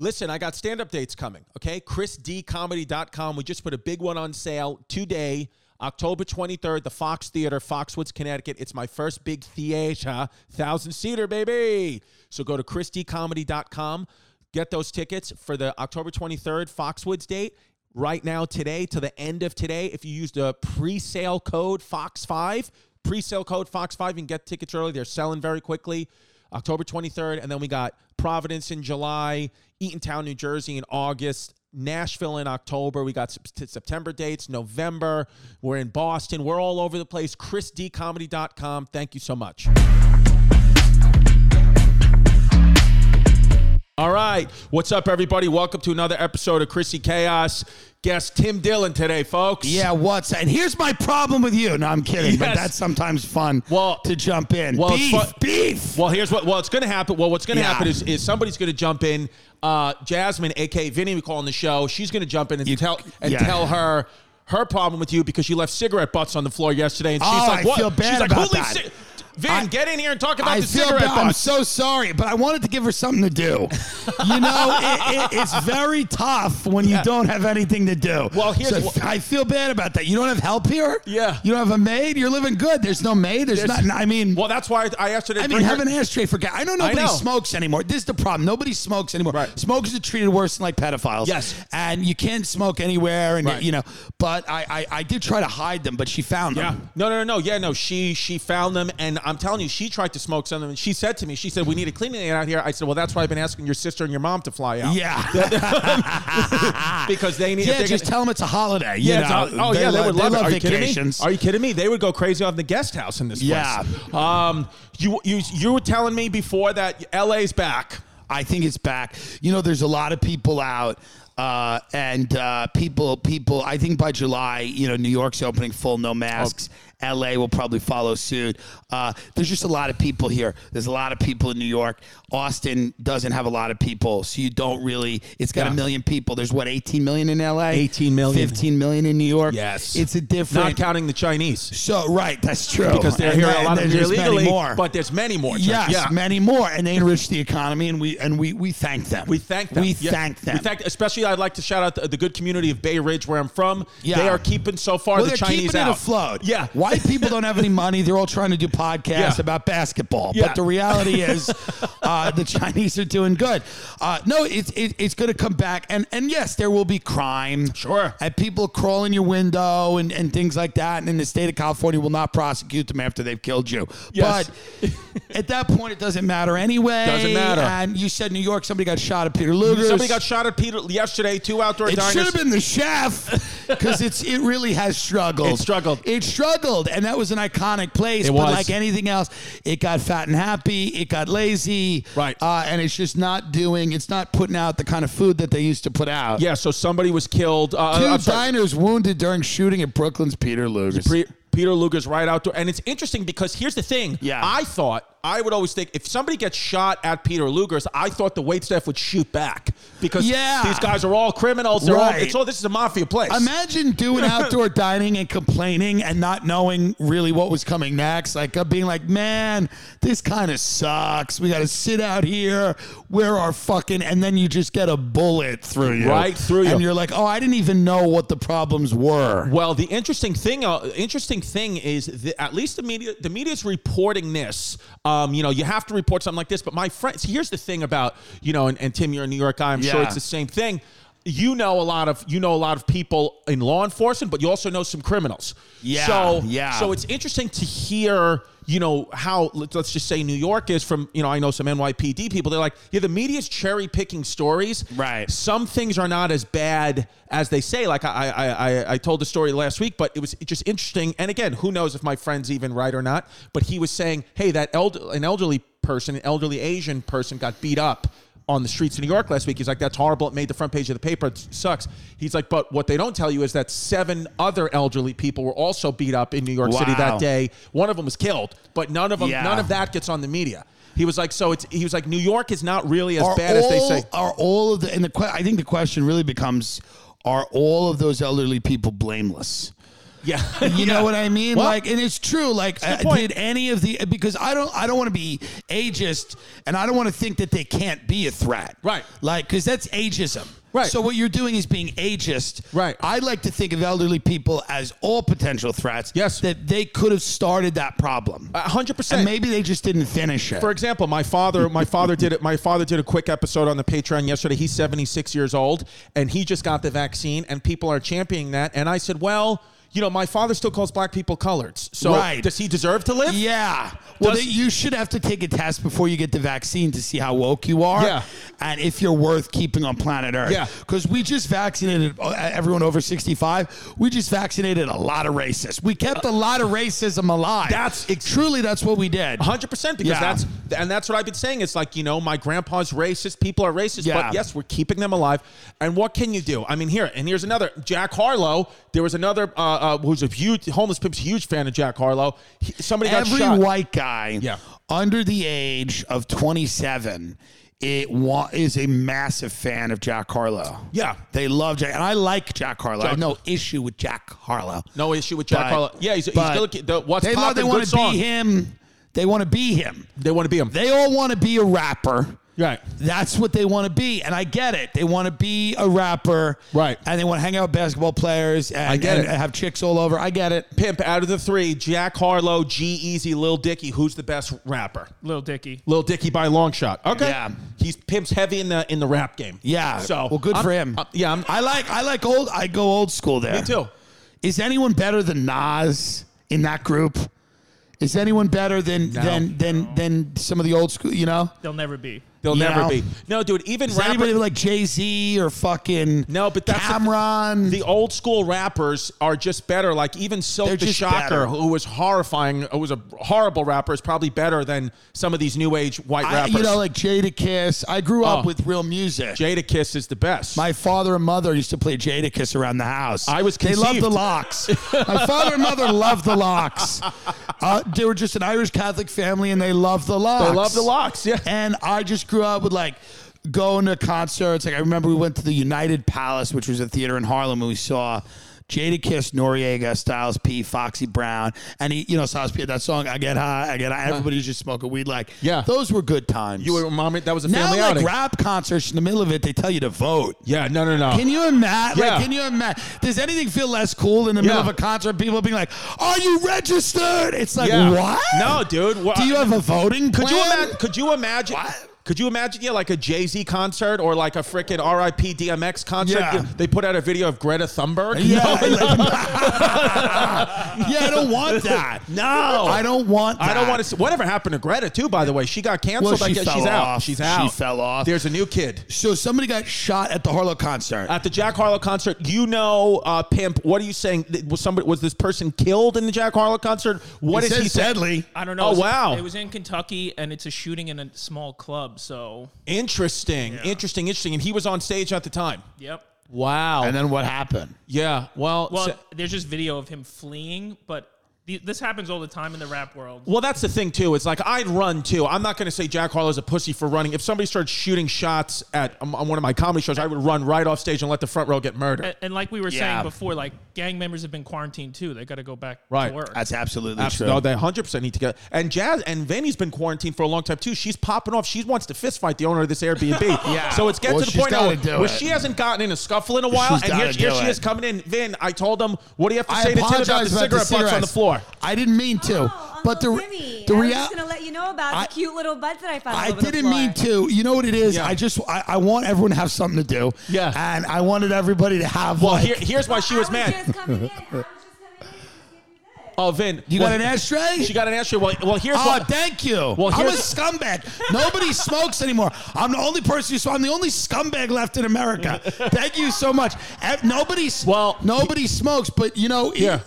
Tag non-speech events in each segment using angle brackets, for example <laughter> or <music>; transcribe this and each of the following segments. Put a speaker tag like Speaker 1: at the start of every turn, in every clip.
Speaker 1: Listen, I got stand up dates coming, okay? ChrisDComedy.com. We just put a big one on sale today, October 23rd, the Fox Theater, Foxwoods, Connecticut. It's my first big theater, thousand seater, baby. So go to ChrisDComedy.com, get those tickets for the October 23rd Foxwoods date right now, today, to the end of today. If you use the pre sale code FOX5, pre sale code FOX5, you can get tickets early. They're selling very quickly. October 23rd, and then we got Providence in July, Eatontown, New Jersey in August, Nashville in October. We got Sep- September dates, November. We're in Boston. We're all over the place. ChrisDComedy.com. Thank you so much. All right. What's up, everybody? Welcome to another episode of Chrissy Chaos. Guest Tim Dillon today, folks.
Speaker 2: Yeah, what's and here's my problem with you. No, I'm kidding, but
Speaker 1: Yes.
Speaker 2: that's sometimes fun
Speaker 1: Well-
Speaker 2: to jump in.
Speaker 1: Well, it's
Speaker 2: beef,
Speaker 1: fun-
Speaker 2: beef.
Speaker 1: Well, here's what. Well, it's going to happen. Well, what's going to
Speaker 2: Yeah.
Speaker 1: happen is, is somebody's going to jump in. Uh, Jasmine, aka Vinny, we call on the show. She's going to jump in and tell and
Speaker 2: yeah.
Speaker 1: tell her her problem with you because you left cigarette butts on the floor yesterday, and she's
Speaker 2: Oh,
Speaker 1: like,
Speaker 2: I
Speaker 1: "What?"
Speaker 2: feel bad
Speaker 1: she's like,
Speaker 2: about
Speaker 1: "Who leaves
Speaker 2: that.
Speaker 1: Vin,
Speaker 2: I-
Speaker 1: get in here and talk about
Speaker 2: I
Speaker 1: the
Speaker 2: feel
Speaker 1: cigarette
Speaker 2: bad. I'm
Speaker 1: butts."
Speaker 2: so sorry, but I wanted to give her something to do.
Speaker 1: <laughs>
Speaker 2: You know, it, it, it's very tough when you don't have anything to do.
Speaker 1: Well, here's
Speaker 2: so
Speaker 1: what-
Speaker 2: I feel bad about that. You don't have help here.
Speaker 1: Yeah.
Speaker 2: you don't have a maid. You're living good. There's no maid. There's,
Speaker 1: There's-
Speaker 2: nothing. I mean,
Speaker 1: well, that's why I asked her to.
Speaker 2: I mean,
Speaker 1: bring her-
Speaker 2: have an ashtray for gas. I know
Speaker 1: I
Speaker 2: nobody
Speaker 1: know.
Speaker 2: smokes anymore. This is the problem. Nobody smokes anymore.
Speaker 1: Right.
Speaker 2: Smokers are treated worse than like pedophiles.
Speaker 1: Yes.
Speaker 2: and you can't smoke anywhere, and
Speaker 1: Right.
Speaker 2: you know. But I, I, I did try to hide them, but she found
Speaker 1: Yeah.
Speaker 2: them.
Speaker 1: No, no, no, no. Yeah, no. She she found them, and I'm telling you, she tried to smoke some of them. And she said to me, she said, "We need a cleaning lady out here." I said, "Well, that's why I've been asking your sister and your mom to fly out." <laughs>
Speaker 2: <laughs> Yeah,
Speaker 1: Because they need. if
Speaker 2: yeah.
Speaker 1: they're
Speaker 2: Just
Speaker 1: gonna-
Speaker 2: tell them it's a holiday. you
Speaker 1: Yeah, it's
Speaker 2: know.
Speaker 1: all- oh yeah, they
Speaker 2: lo-
Speaker 1: would love, it. Are you kidding me?
Speaker 2: vacations.
Speaker 1: Are you kidding me? They would go crazy on the guest house in this
Speaker 2: Yeah.
Speaker 1: place. Um, you you you were telling me before that LA's back.
Speaker 2: I think it's back. You know, there's a lot of people out. Uh, and uh, people, people. I think by July, you know, New York's opening full, no masks.
Speaker 1: Oh.
Speaker 2: L.A. will probably follow suit. Uh, there's just a lot of people here. There's a lot of people in New York. Austin doesn't have a lot of people, so you don't really. It's got
Speaker 1: Yeah.
Speaker 2: a million people. There's what 18 million in L.A.
Speaker 1: 18 million.
Speaker 2: 15 million in New York.
Speaker 1: Yes.
Speaker 2: it's a different.
Speaker 1: Not counting the Chinese
Speaker 2: so right, that's true.
Speaker 1: because they're
Speaker 2: And
Speaker 1: here
Speaker 2: then
Speaker 1: a lot of
Speaker 2: there's
Speaker 1: them
Speaker 2: just many
Speaker 1: illegally.
Speaker 2: more.
Speaker 1: But there's many more. Chinese.
Speaker 2: Yes,
Speaker 1: yeah.
Speaker 2: many more, and they enrich the economy, and we and we we thank them.
Speaker 1: We thank them.
Speaker 2: We
Speaker 1: Yeah.
Speaker 2: thank them.
Speaker 1: We thank, especially, I'd like to shout out the, the good community of Bay Ridge, where I'm from.
Speaker 2: Yeah.
Speaker 1: They are keeping so far
Speaker 2: well,
Speaker 1: the
Speaker 2: they're
Speaker 1: Chinese
Speaker 2: keeping
Speaker 1: out.
Speaker 2: it afloat.
Speaker 1: Yeah.
Speaker 2: <laughs> white people don't have any money. They're all trying to do podcasts
Speaker 1: Yeah.
Speaker 2: about basketball,
Speaker 1: Yeah.
Speaker 2: but
Speaker 1: <laughs>
Speaker 2: the reality is, uh, the Chinese are doing good. Uh, no, it's it, it's going to come back, and and yes, there will be crime.
Speaker 1: Sure.
Speaker 2: and people crawl in your window and and things like that. And in the state of California, will not prosecute them after they've killed you.
Speaker 1: Yes.
Speaker 2: But at that point, it doesn't matter anyway.
Speaker 1: Doesn't matter.
Speaker 2: And you said New York, somebody got shot at Peter Luger's.
Speaker 1: Somebody got shot at Peter yesterday. Two outdoor
Speaker 2: It
Speaker 1: diners.
Speaker 2: should have been the chef because it's it really has struggled.
Speaker 1: It struggled.
Speaker 2: It struggled, and that was an iconic place.
Speaker 1: It
Speaker 2: but
Speaker 1: was.
Speaker 2: like anything else, it got fat and happy. It got lazy.
Speaker 1: Right.
Speaker 2: Uh, and it's just not doing. It's not putting out the kind of food that they used to put out.
Speaker 1: yeah. So somebody was killed. Uh,
Speaker 2: 2
Speaker 1: I'm sorry.
Speaker 2: diners wounded during shooting at Brooklyn's Peter Luger's.
Speaker 1: Pre- Peter Luger's right outdoor. And it's interesting because here's the thing.
Speaker 2: Yeah.
Speaker 1: I thought, I would always think if somebody gets shot at Peter Luger's, I thought the wait staff would shoot back because
Speaker 2: Yeah.
Speaker 1: these guys are all criminals. They're all,
Speaker 2: Right.
Speaker 1: it's all, this is a mafia place. <laughs>
Speaker 2: Imagine doing outdoor dining and complaining and not knowing really what was coming next. Like uh, being like, man, this kind of sucks. We got to sit out here, wear our fucking, and then you just get a bullet through you,
Speaker 1: Right through you.
Speaker 2: and you're like, oh, I didn't even know what the problems were.
Speaker 1: Well, the interesting thing, uh, interesting thing is that at least the media, the media's reporting this. Um, you know, you have to report something like this. But my friends, here's the thing about you know, and, and Tim, you're a New York guy. I'm sure
Speaker 2: Yeah.
Speaker 1: it's the same thing. You know a lot of you know a lot of people in law enforcement, but you also know some criminals.
Speaker 2: Yeah,
Speaker 1: So
Speaker 2: yeah.
Speaker 1: So it's interesting to hear. You know how let- let's just say New York is from. You know, I know some NYPD people. They're like, yeah, the media's cherry picking stories.
Speaker 2: Right.
Speaker 1: Some things are not as bad as they say. Like I, I, I, I told the story last week, but it was just interesting. And again, who knows if my friend's even right or not? But he was saying, hey, that elder, an elderly person, an elderly Asian person, got beat up on the streets of New York last week. He's like, that's horrible. It made the front page of the paper. It sucks. He's like, but what they don't tell you is that seven other elderly people were also beat up in New York City that
Speaker 2: Wow.
Speaker 1: day. One of them was killed, but none of them,
Speaker 2: Yeah.
Speaker 1: none of that gets on the media. He was like, so it's. He was like, New York is not really as
Speaker 2: Are
Speaker 1: bad as they
Speaker 2: all- <laughs>
Speaker 1: say.
Speaker 2: Are all of the and the que- I think the question really becomes: Are all of those elderly people blameless?
Speaker 1: Yeah.
Speaker 2: You know
Speaker 1: Yeah.
Speaker 2: what I mean?
Speaker 1: Well,
Speaker 2: like, and it's true. Like,
Speaker 1: a
Speaker 2: uh,
Speaker 1: good point.
Speaker 2: did any of the because I don't I don't want to be ageist, and I don't want to think that they can't be a threat.
Speaker 1: Right.
Speaker 2: Like, because that's ageism.
Speaker 1: Right.
Speaker 2: So what you're doing is being ageist.
Speaker 1: Right.
Speaker 2: I like to think of elderly people as all potential threats.
Speaker 1: Yes.
Speaker 2: That they could have started that problem.
Speaker 1: A hundred percent.
Speaker 2: and maybe they just didn't finish it.
Speaker 1: For example, my father, my father did it. My father did a quick episode on the Patreon yesterday. He's 76 years old, and he just got the vaccine, and people are championing that. And I said, well, you know, my father still calls black people coloreds. So
Speaker 2: Right.
Speaker 1: does he deserve to live?
Speaker 2: Yeah. Well,
Speaker 1: Does-
Speaker 2: they- you should have to take a test before you get the vaccine to see how woke you are
Speaker 1: Yeah.
Speaker 2: and if you're worth keeping on planet Earth.
Speaker 1: Yeah.
Speaker 2: Because we just vaccinated uh, everyone over 65. We just vaccinated a lot of racists. We kept a lot of racism alive.
Speaker 1: That's ex-
Speaker 2: truly that's what we did.
Speaker 1: hundred percent because
Speaker 2: Yeah.
Speaker 1: that's and that's what I've been saying. It's like you know, my grandpa's racist. People are racist,
Speaker 2: Yeah.
Speaker 1: but yes, we're keeping them alive. And what can you do? I mean, here and here's another Jack Harlow. There was another uh, uh, who's a huge homeless pimp's huge fan of Jack Harlow. He- somebody got
Speaker 2: Every
Speaker 1: shot.
Speaker 2: white guy
Speaker 1: Yeah.
Speaker 2: under the age of 27 it wa- is a massive fan of Jack Harlow.
Speaker 1: Yeah.
Speaker 2: They love Jack. And I like Jack Harlow. I have no issue with Jack Harlow.
Speaker 1: no issue with Jack
Speaker 2: But-
Speaker 1: Harlow. Yeah, he's, he's
Speaker 2: but
Speaker 1: still a kid. The, what's
Speaker 2: they love. They
Speaker 1: poppin',
Speaker 2: want
Speaker 1: good
Speaker 2: to
Speaker 1: song.
Speaker 2: be him. They want to be him.
Speaker 1: They want to be him.
Speaker 2: They all want to be a rapper.
Speaker 1: Right.
Speaker 2: That's what they want to be, and I get it. They want to be a rapper,
Speaker 1: Right.
Speaker 2: And they want to hang out with basketball players and,
Speaker 1: I get
Speaker 2: and
Speaker 1: it.
Speaker 2: have chicks all over. I get it.
Speaker 1: Pimp out of the three: Jack Harlow, G Easy, Lil Dicky. Who's the best rapper?
Speaker 3: Little Dicky.
Speaker 1: Lil Dicky by a long shot. Okay,
Speaker 2: Yeah.
Speaker 1: he's Pimp's heavy in the in the rap game.
Speaker 2: Yeah.
Speaker 1: So
Speaker 2: well, good
Speaker 1: I'm-
Speaker 2: for him.
Speaker 1: uh, yeah, I'm,
Speaker 2: I like. I like old. I go old school there.
Speaker 1: me too.
Speaker 2: Is anyone better than Nas in that group? Is anyone better than than than than some of the old school? You know,
Speaker 3: They'll never be.
Speaker 1: They'll
Speaker 2: You
Speaker 1: never
Speaker 2: know?
Speaker 1: be. No, dude. Even
Speaker 2: is anybody
Speaker 1: rappers,
Speaker 2: like Jay Z or fucking
Speaker 1: No, but that's the-
Speaker 2: Cameron.
Speaker 1: the old school rappers are just better. Like even Silk
Speaker 2: They're
Speaker 1: the
Speaker 2: just
Speaker 1: Shocker,
Speaker 2: better.
Speaker 1: who was horrifying, who was a horrible rapper, is probably better than some of these new age white
Speaker 2: I,
Speaker 1: rappers.
Speaker 2: you know, like Jada Kiss. I grew up
Speaker 1: Oh.
Speaker 2: with real music.
Speaker 1: Jada Kiss is the best.
Speaker 2: my father and mother used to play Jada Kiss around the house.
Speaker 1: I was
Speaker 2: They loved
Speaker 1: conceived.
Speaker 2: the locks. My father and mother loved the locks. Uh, they were just an Irish Catholic family, and they loved the locks.
Speaker 1: I love the locks. Yeah.
Speaker 2: And I just grew up with like going to concerts. Like I remember we went to the United Palace, which was a theater in Harlem, and we saw Jada Kiss, Noriega, Styles P, Foxy Brown, and he, you know, Styles P had that song "I Get High, I Get High." Everybody was just smoking weed. Like,
Speaker 1: Yeah.
Speaker 2: those were good times.
Speaker 1: You were mommy. That was a
Speaker 2: now
Speaker 1: family
Speaker 2: like
Speaker 1: outing.
Speaker 2: rap concerts in the middle of it, they tell you to vote.
Speaker 1: yeah. No. No. No.
Speaker 2: Can you imagine?
Speaker 1: Yeah.
Speaker 2: Like, can you imagine? Does anything feel less cool in the middle
Speaker 1: Yeah.
Speaker 2: of a concert? People being like, "Are you registered?" It's like,
Speaker 1: yeah.
Speaker 2: what?
Speaker 1: No, dude. Wha-
Speaker 2: Do you have a voting plan?
Speaker 1: Could you imagine? Could you imagine?
Speaker 2: What?
Speaker 1: Could you imagine? Yeah, like a Jay Z concert or like a freaking R.I.P. DMX concert.
Speaker 2: Yeah.
Speaker 1: They put out a video of Greta Thunberg.
Speaker 2: Yeah,
Speaker 1: <laughs> No,
Speaker 2: I like- <laughs> yeah, I don't want that.
Speaker 1: <laughs> No,
Speaker 2: I don't want. That.
Speaker 1: I don't want to. See, whatever happened to Greta too? By the way, she got canceled.
Speaker 2: Well,
Speaker 1: I
Speaker 2: she
Speaker 1: guess
Speaker 2: fell
Speaker 1: she's out.
Speaker 2: off.
Speaker 1: She's
Speaker 2: She
Speaker 1: out.
Speaker 2: fell off.
Speaker 1: There's a new kid
Speaker 2: So somebody got shot at the Harlow concert.
Speaker 1: at the Jack Harlow concert. You know, uh, pimp. What are you saying? Th- Was somebody? Was this person killed in the Jack Harlow concert? What
Speaker 2: It
Speaker 1: is
Speaker 2: says
Speaker 1: he saying?
Speaker 2: deadly.
Speaker 3: I don't know.
Speaker 1: Oh,
Speaker 3: It was-
Speaker 1: wow.
Speaker 3: It was in Kentucky, and it's a shooting in a small club. So,
Speaker 1: Interesting, interesting, interesting. And he was on stage at the time.
Speaker 3: yep.
Speaker 1: Wow.
Speaker 2: And then what happened?
Speaker 1: yeah. Well.
Speaker 3: Well,
Speaker 1: so-
Speaker 3: there's just video of him fleeing, but th- this happens all the time in the rap world.
Speaker 1: Well, that's the thing too. It's like I'd run too. I'm not going to say Jack Harlow's a pussy for running. If somebody starts shooting shots at um, on one of my comedy shows, I would run right off stage and let the front row get murdered.
Speaker 2: Eh,
Speaker 3: And, and like we were
Speaker 2: Yeah.
Speaker 3: saying before, like gang members have been quarantined too. They got to go back
Speaker 1: Right.
Speaker 3: to work.
Speaker 2: That's absolutely,
Speaker 1: Absolutely. No,
Speaker 2: true.
Speaker 1: they 100% need to get. And Jazz and Vanny's been quarantined for a long time too. She's popping off. She wants to fist fight the owner of this
Speaker 2: <laughs>
Speaker 1: Airbnb.
Speaker 2: Yeah.
Speaker 1: So it's getting
Speaker 2: Well,
Speaker 1: to the
Speaker 2: she's
Speaker 1: point now
Speaker 2: gotta do
Speaker 1: where
Speaker 2: it.
Speaker 1: she hasn't gotten in a scuffle in a while.
Speaker 2: She's
Speaker 1: and here,
Speaker 2: gotta
Speaker 1: here
Speaker 2: do
Speaker 1: she
Speaker 2: it.
Speaker 1: is coming in. Vin, I told him, what do you have to
Speaker 2: I
Speaker 1: say to Tim
Speaker 2: apologize
Speaker 1: about the cigarette
Speaker 2: the
Speaker 1: butts on the
Speaker 2: cigarettes.
Speaker 1: floor?
Speaker 2: I didn't mean to,
Speaker 4: Oh,
Speaker 2: but the
Speaker 4: Uncle
Speaker 2: re
Speaker 4: Jimmy.
Speaker 2: the
Speaker 4: I was just
Speaker 2: reality.
Speaker 4: gonna let you know about
Speaker 2: I-
Speaker 4: the cute little buds that I found. all
Speaker 2: I
Speaker 4: over the
Speaker 2: didn't
Speaker 4: floor.
Speaker 2: mean to. You know what it is?
Speaker 1: Yeah.
Speaker 2: I just I, I want everyone to have something to do.
Speaker 1: Yeah.
Speaker 2: And I wanted everybody to have
Speaker 1: Well,
Speaker 2: like,
Speaker 1: here, here's why she was
Speaker 4: I
Speaker 1: mad.
Speaker 4: Just coming in. I was just coming in to give you this.
Speaker 1: Oh, Vin.
Speaker 2: You
Speaker 1: well,
Speaker 2: got an ashtray?
Speaker 1: She got an ashtray. Well, well here's
Speaker 2: Oh,
Speaker 1: why.
Speaker 2: thank you.
Speaker 1: Well,
Speaker 2: I'm a
Speaker 1: here's-
Speaker 2: scumbag.
Speaker 1: <laughs>
Speaker 2: Nobody smokes anymore. I'm the only person who smokes. I'm the only scumbag left in America. thank you so much. Ev- Nobody. s-
Speaker 1: Well,
Speaker 2: nobody smokes, but you know,
Speaker 1: Yeah.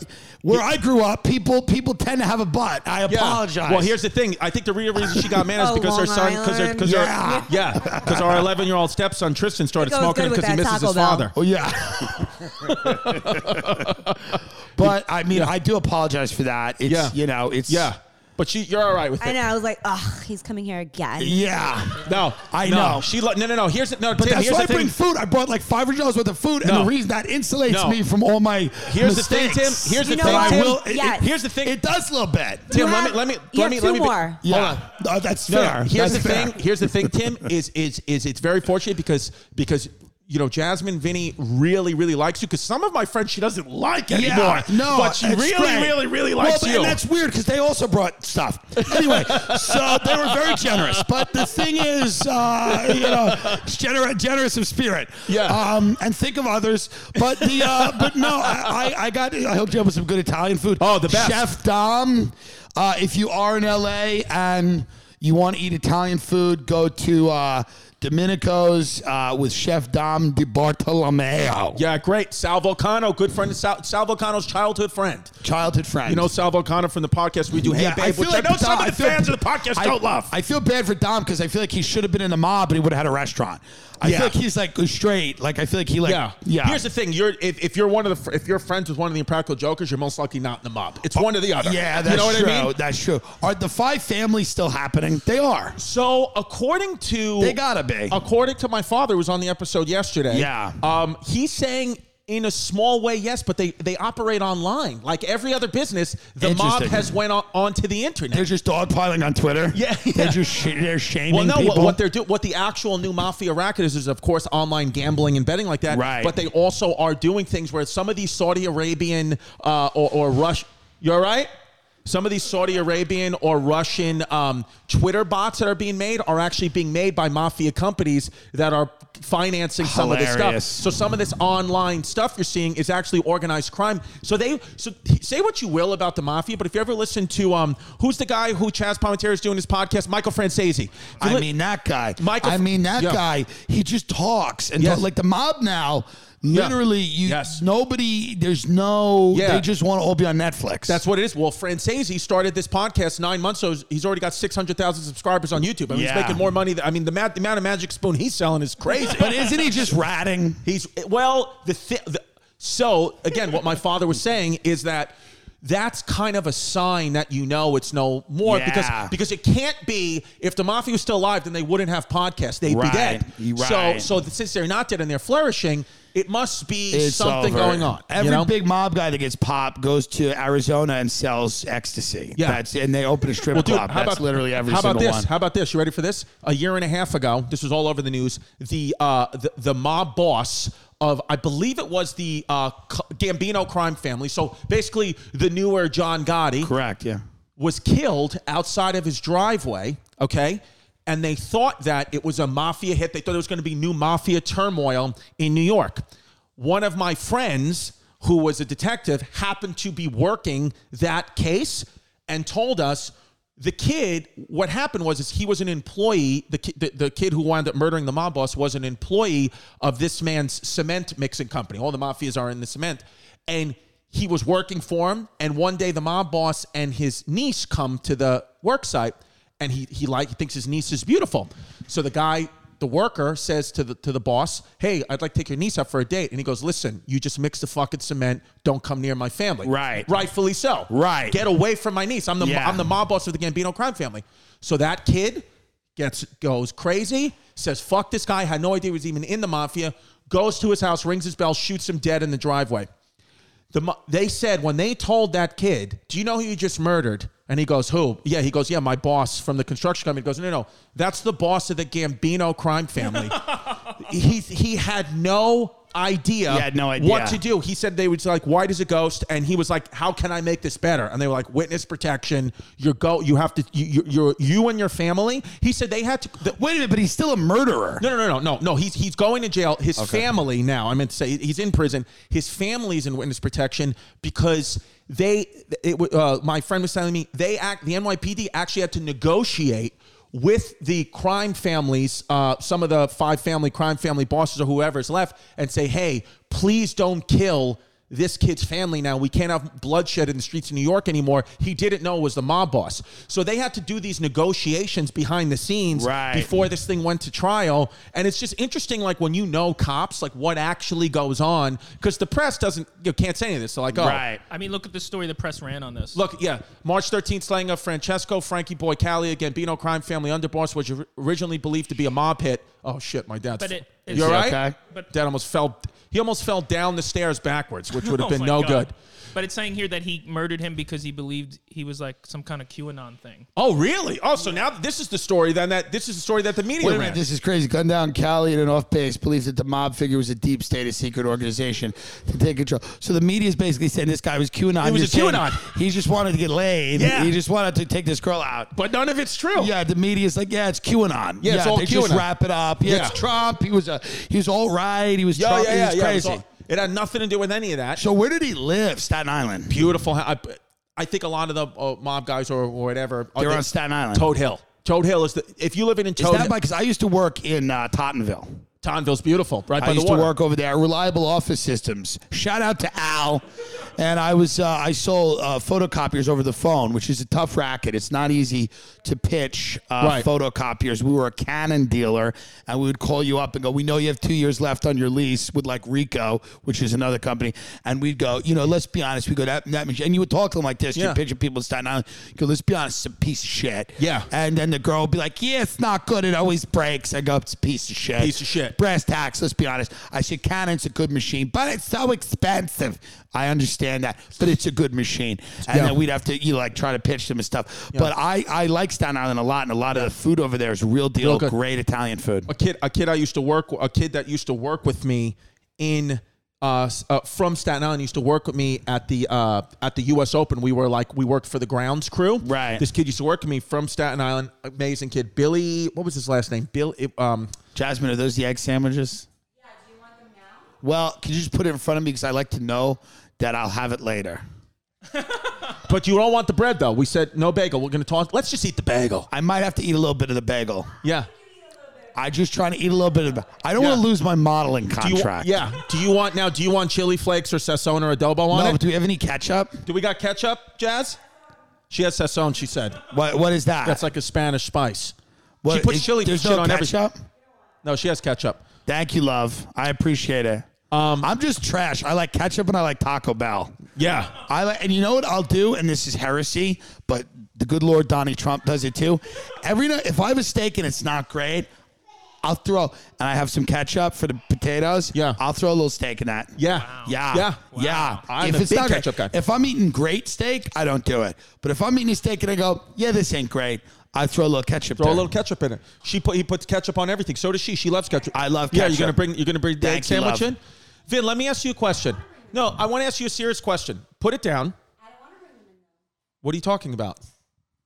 Speaker 2: where I grew up, people people tend to have a butt. I
Speaker 1: Yeah.
Speaker 2: apologize.
Speaker 1: Well, here's the thing. I think the real reason she got mad is
Speaker 4: <laughs> Oh,
Speaker 1: because her
Speaker 4: Long
Speaker 1: son, because her, because
Speaker 2: Island.
Speaker 1: her, <laughs> yeah, because our 11 year old stepson Tristan started
Speaker 4: It goes
Speaker 1: smoking
Speaker 4: good with
Speaker 1: because he misses
Speaker 4: that
Speaker 1: his
Speaker 4: Taco Bell.
Speaker 1: father.
Speaker 2: Oh <laughs> yeah. but I mean, I do apologize for that. It's
Speaker 1: Yeah.
Speaker 2: you know, it's
Speaker 1: Yeah. But she, you're all right with
Speaker 4: I know.
Speaker 1: it.
Speaker 4: I was like, oh, he's coming here again.
Speaker 2: Yeah.
Speaker 1: No,
Speaker 2: I
Speaker 1: no,
Speaker 2: know.
Speaker 1: She lo- no, no, no. Here's the, no.
Speaker 2: But
Speaker 1: Tim,
Speaker 2: that's
Speaker 1: here's
Speaker 2: why I
Speaker 1: the thing.
Speaker 2: bring food. I brought like five hundred dollars worth of food, and
Speaker 1: No.
Speaker 2: the reason that insulates
Speaker 1: No.
Speaker 2: me from all my
Speaker 1: Here's the thing,
Speaker 2: mistakes.
Speaker 1: Tim. Here's the
Speaker 4: You know
Speaker 1: thing.
Speaker 4: what?
Speaker 1: Tim.
Speaker 4: I will- Yes.
Speaker 1: Here's the thing.
Speaker 2: It does a little bit.
Speaker 1: Tim,
Speaker 4: You
Speaker 1: let
Speaker 4: have-
Speaker 1: me let me
Speaker 4: you
Speaker 1: let
Speaker 4: have
Speaker 1: me
Speaker 4: two
Speaker 1: let me. be-
Speaker 4: more.
Speaker 1: Hold
Speaker 2: Yeah.
Speaker 1: on.
Speaker 2: No, that's
Speaker 1: No,
Speaker 2: fair.
Speaker 1: no. Here's
Speaker 2: That's
Speaker 1: the
Speaker 2: fair.
Speaker 1: thing. Here's the thing, Tim. Is is is it's very fortunate because because you know Jasmine Vinny really really likes you because some of my friends she doesn't like anymore.
Speaker 2: No,
Speaker 1: but she
Speaker 2: it's
Speaker 1: really
Speaker 2: great.
Speaker 1: really really
Speaker 2: Well,
Speaker 1: likes
Speaker 2: but-
Speaker 1: you.
Speaker 2: And that's weird because they also brought stuff.
Speaker 1: <laughs>
Speaker 2: Anyway, so they were very generous. But the thing is, uh, you know, it's gener- generous of spirit.
Speaker 1: Yeah.
Speaker 2: Um, and think of others. But the uh, but no, I, I, I got. I hope you have some good Italian food.
Speaker 1: Oh, the best.
Speaker 2: Chef Dom. Uh, if you are in LA and you want to eat Italian food, go to uh, Domenico's uh, with Chef Dom Di Bartolomeo.
Speaker 1: yeah, great. Sal Volcano, good friend. of Sal, Sal Volcano's childhood friend.
Speaker 2: Childhood friend.
Speaker 1: You know Sal Volcano from the podcast we do. Hey, babe, which I know
Speaker 2: Dom-
Speaker 1: some of
Speaker 2: I
Speaker 1: the
Speaker 2: feel-
Speaker 1: fans of the podcast
Speaker 2: I-
Speaker 1: don't love.
Speaker 2: I feel bad for Dom because I feel like he should have been in the mob, but he would have had a restaurant. I
Speaker 1: Yeah.
Speaker 2: feel like he's like straight. Like I feel like he like
Speaker 1: yeah, Here's the thing: you're if, if you're one of the fr- if you're friends with one of the Impractical Jokers, you're most likely not in the mob. It's one or the other.
Speaker 2: Oh, yeah, that's
Speaker 1: you know what
Speaker 2: true.
Speaker 1: I mean.
Speaker 2: That's true. Are the five families still happening? They are.
Speaker 1: So according to
Speaker 2: They gotta be.
Speaker 1: According to my father, who was on the episode yesterday.
Speaker 2: Yeah.
Speaker 1: Um, he's saying in a small way, yes, but they they operate online like every other business. The mob
Speaker 2: Interesting.
Speaker 1: has went on, onto the internet.
Speaker 2: They're just dogpiling on Twitter.
Speaker 1: Yeah, yeah.
Speaker 2: they're just sh- they're shaming
Speaker 1: well, no,
Speaker 2: people.
Speaker 1: what, what they're doing, what the actual new mafia racket is, is of course online gambling and betting like that.
Speaker 2: Right.
Speaker 1: But they also are doing things where some of these Saudi Arabian uh, or, or Russian, you're right. Some of these Saudi Arabian or Russian um, Twitter bots that are being made are actually being made by mafia companies that are financing some of this
Speaker 2: Hilarious.
Speaker 1: stuff. So some of this online stuff you're seeing is actually organized crime. So they so say what you will about the mafia, but if you ever listen to um, who's the guy who Chaz Palminteri is doing his podcast, Michael Francese. If you
Speaker 2: I
Speaker 1: li-
Speaker 2: mean that guy.
Speaker 1: Michael-
Speaker 2: I mean that
Speaker 1: Yeah.
Speaker 2: guy. He just talks and
Speaker 1: Yes.
Speaker 2: talk- like the mob now. Literally, you
Speaker 1: Yes.
Speaker 2: nobody. There's no.
Speaker 1: Yeah.
Speaker 2: They just want to all be on Netflix.
Speaker 1: That's what it is. Well, Francesi started this podcast nine months ago. He's already got 600,000 subscribers on YouTube. I mean,
Speaker 2: Yeah.
Speaker 1: he's making more money. Than, I mean, the, ma- the amount of Magic Spoon he's selling is crazy.
Speaker 2: But isn't he just ratting?
Speaker 1: He's well, the, thi- the so again, what my <laughs> father was saying is that that's kind of a sign that you know it's no more
Speaker 2: Yeah.
Speaker 1: because because it can't be if the mafia was still alive, then they wouldn't have podcasts; they'd
Speaker 2: Right.
Speaker 1: be dead.
Speaker 2: Right.
Speaker 1: So, so since they're not dead and they're flourishing, it must be something
Speaker 2: over.
Speaker 1: going on. you
Speaker 2: Every
Speaker 1: know?
Speaker 2: big mob guy that gets popped goes to Arizona and sells ecstasy.
Speaker 1: Yeah.
Speaker 2: That's and they open a strip
Speaker 1: Well, dude,
Speaker 2: club.
Speaker 1: how
Speaker 2: That's
Speaker 1: about
Speaker 2: literally every
Speaker 1: how about
Speaker 2: single
Speaker 1: this?
Speaker 2: one.
Speaker 1: How about this? You ready for this? A year and a half ago, this was all over the news. The uh, the, the mob boss of I believe it was the uh, C- Gambino crime family. So basically, the newer John Gotti
Speaker 2: Correct, yeah.
Speaker 1: was killed outside of his driveway. Okay. And they thought that it was a mafia hit. They thought it was going to be new mafia turmoil in New York. One of my friends, who was a detective, happened to be working that case and told us the kid, what happened was is he was an employee. The, ki- the, the kid who wound up murdering the mob boss was an employee of this man's cement mixing company. All the mafias are in the cement. And he was working for him and one day the mob boss and his niece come to the work site and he he like he thinks his niece is beautiful so the guy the worker says to the to the boss hey i'd like to take your niece out for a date and he goes listen you just mix the fucking cement don't come near my family
Speaker 2: Right.
Speaker 1: rightfully so
Speaker 2: Right.
Speaker 1: get away from my niece i'm the
Speaker 2: Yeah.
Speaker 1: i'm the mob boss of the gambino crime family so that kid gets goes crazy says fuck this guy had no idea he was even in the mafia goes to his house rings his bell shoots him dead in the driveway the mo- they said when they told that kid, "Do you know who you just murdered?" and he goes, "Who?" Yeah, he goes, "Yeah, my boss from the construction company." He goes, "No, no, no, that's the boss of the Gambino crime family." he he had no idea.
Speaker 2: He had no idea.
Speaker 1: what to do. He said they was like, "White as a ghost," and he was like, "How can I make this better?" And they were like, "Witness protection. You go. You have to. You you you're- you and your family." He said they had to. The,
Speaker 2: Wait a minute, but he's still a murderer.
Speaker 1: no, no, no, no, no, no. He's he's going to jail. His family now. I meant to say he's in prison. His family's in witness protection because they. It, wa- uh, my friend was telling me they act. The NYPD actually had to negotiate with the crime families, uh, some of the five family crime family bosses or whoever's left, and say, hey, please don't kill this kid's family now. We can't have bloodshed in the streets of New York anymore. He didn't know it was the mob boss. So they had to do these negotiations behind the scenes
Speaker 2: Right.
Speaker 1: before this thing went to trial. And it's just interesting, like when you know cops, like what actually goes on, because the press doesn't, you can't say any of this. So like, oh,
Speaker 2: Right.
Speaker 3: I mean, look at the story the press ran on this.
Speaker 1: Look, yeah, March 13th slaying of Francesco, Frankie Boy Cali, Gambino crime family underboss, was originally believed to be a mob hit. Oh shit, my dad's.
Speaker 3: But it- it's-
Speaker 1: you all
Speaker 2: Is
Speaker 1: right?
Speaker 2: he okay?
Speaker 3: But-
Speaker 1: Dad almost fell. He almost fell down the stairs backwards, which would have
Speaker 3: <laughs> Oh
Speaker 1: been
Speaker 3: my
Speaker 1: no
Speaker 3: God.
Speaker 1: good.
Speaker 3: But it's saying here that he murdered him because he believed he was like some kind of QAnon thing.
Speaker 1: Oh really? Oh, so now this is the story. Then that this is the story that the media
Speaker 2: Wait a
Speaker 1: ran.
Speaker 2: minute, this is crazy. Gunned down Cali at an off base, believes that the mob figure was a deep state, a secret organization to take control. So the media is basically saying this guy was QAnon.
Speaker 1: He was
Speaker 2: You're
Speaker 1: a
Speaker 2: saying
Speaker 1: QAnon.
Speaker 2: He just wanted to get laid.
Speaker 1: Yeah.
Speaker 2: He just wanted to take this girl out.
Speaker 1: but none of it's true.
Speaker 2: <laughs> Yeah, the media's like, yeah, it's QAnon.
Speaker 1: Yeah, it's all
Speaker 2: they just
Speaker 1: QAnon.
Speaker 2: wrap it up. Yeah,
Speaker 1: Yeah.
Speaker 2: it's Trump. He was a, he was all right. He was
Speaker 1: yeah,
Speaker 2: Trump.
Speaker 1: yeah, yeah.
Speaker 2: he was
Speaker 1: yeah, it, was
Speaker 2: crazy.
Speaker 1: all- it had nothing to do with any of that.
Speaker 2: so where did he live? Staten Island.
Speaker 1: Beautiful. hou- I, I think a lot of the uh, mob guys or, or whatever. uh,
Speaker 2: They're on Staten Island.
Speaker 1: Toad Hill. Toad Hill is the. If you live in
Speaker 2: Is
Speaker 1: Toad,
Speaker 2: that because I used to work in uh, Tottenville.
Speaker 1: Tonville's beautiful, right by
Speaker 2: I used
Speaker 1: the water.
Speaker 2: to work over there. Reliable Office Systems. Shout out to Al. And I was uh, I sold uh, photocopiers over the phone, which is a tough racket. It's not easy to pitch uh,
Speaker 1: Right.
Speaker 2: photocopiers. We were a Canon dealer, and we would call you up and go, "We know you have two years left on your lease with like Rico, which is another company." And we'd go, "You know, let's be honest. We go that that means." And you would talk to them like this.
Speaker 1: Yeah.
Speaker 2: You picture people in Staten Island. You go, "Let's be honest. It's a piece of shit."
Speaker 1: Yeah.
Speaker 2: And then the girl would be like, "Yeah, it's not good. It always breaks." I go, "It's a piece of shit.
Speaker 1: Piece of shit.
Speaker 2: Brass tacks, let's be honest. I said Canon's a good machine, but it's so expensive. I understand that, but it's a good machine. And
Speaker 1: Yeah.
Speaker 2: then we'd have to you know, like try to pitch them and stuff. But I, I like Staten Island a lot, and a lot of the food over there is real deal,
Speaker 1: Real good.
Speaker 2: great Italian food.
Speaker 1: a kid a kid I used to work a kid that used to work with me in uh, s- uh from Staten Island used to work with me at the uh at the US Open we were like we worked for the grounds crew
Speaker 2: Right.
Speaker 1: this kid used to work with me from Staten Island amazing kid Billy what was his last name Bill um
Speaker 2: Jasmine, are those the egg sandwiches? Well, could you just put it in front of me because I like to know that I'll have it later.
Speaker 1: but you don't want the bread though we said no bagel we're gonna talk let's just eat the bagel
Speaker 2: I might have to eat a little bit of the bagel.
Speaker 1: yeah
Speaker 2: I'm just trying to eat a little bit of. The, I don't
Speaker 1: Yeah.
Speaker 2: want to lose my modeling
Speaker 1: do you,
Speaker 2: contract.
Speaker 1: yeah do you want now do you want chili flakes or sazon or adobo on
Speaker 2: No,
Speaker 1: it
Speaker 2: but do we have any ketchup?
Speaker 1: do we got ketchup Jazz she has sazon she said
Speaker 2: What What is that?
Speaker 1: that's like a Spanish spice
Speaker 2: What,
Speaker 1: she puts
Speaker 2: it-
Speaker 1: chili
Speaker 2: There's
Speaker 1: shit
Speaker 2: no
Speaker 1: on every-
Speaker 2: ketchup.
Speaker 1: no she has ketchup.
Speaker 2: Thank you, love. I appreciate it.
Speaker 1: Um,
Speaker 2: I'm just trash. I like ketchup and I like Taco Bell.
Speaker 1: Yeah.
Speaker 2: I like, and you know what I'll do, and this is heresy, but the good Lord Donnie Trump does it too. Every night, if I have a steak and it's not great, I'll throw and I have some ketchup for the potatoes.
Speaker 1: Yeah.
Speaker 2: I'll throw a little steak in that.
Speaker 1: Yeah.
Speaker 2: Yeah.
Speaker 1: Yeah.
Speaker 2: Yeah.
Speaker 1: I'm a big ketchup guy.
Speaker 2: If I'm eating great steak, I don't do it. But if I'm eating a steak and I go, yeah, this ain't great, I throw a little ketchup.
Speaker 1: Throw a
Speaker 2: there.
Speaker 1: little ketchup in it. She put he puts ketchup on everything. So does she. She loves ketchup.
Speaker 2: I love
Speaker 1: Yeah,
Speaker 2: ketchup.
Speaker 1: you're gonna bring you're gonna bring the egg
Speaker 2: Thank you,
Speaker 1: sandwich
Speaker 2: love.
Speaker 1: in. Vin, let me ask you a question. No, I want to ask you a serious question. Put it down. What are you talking about?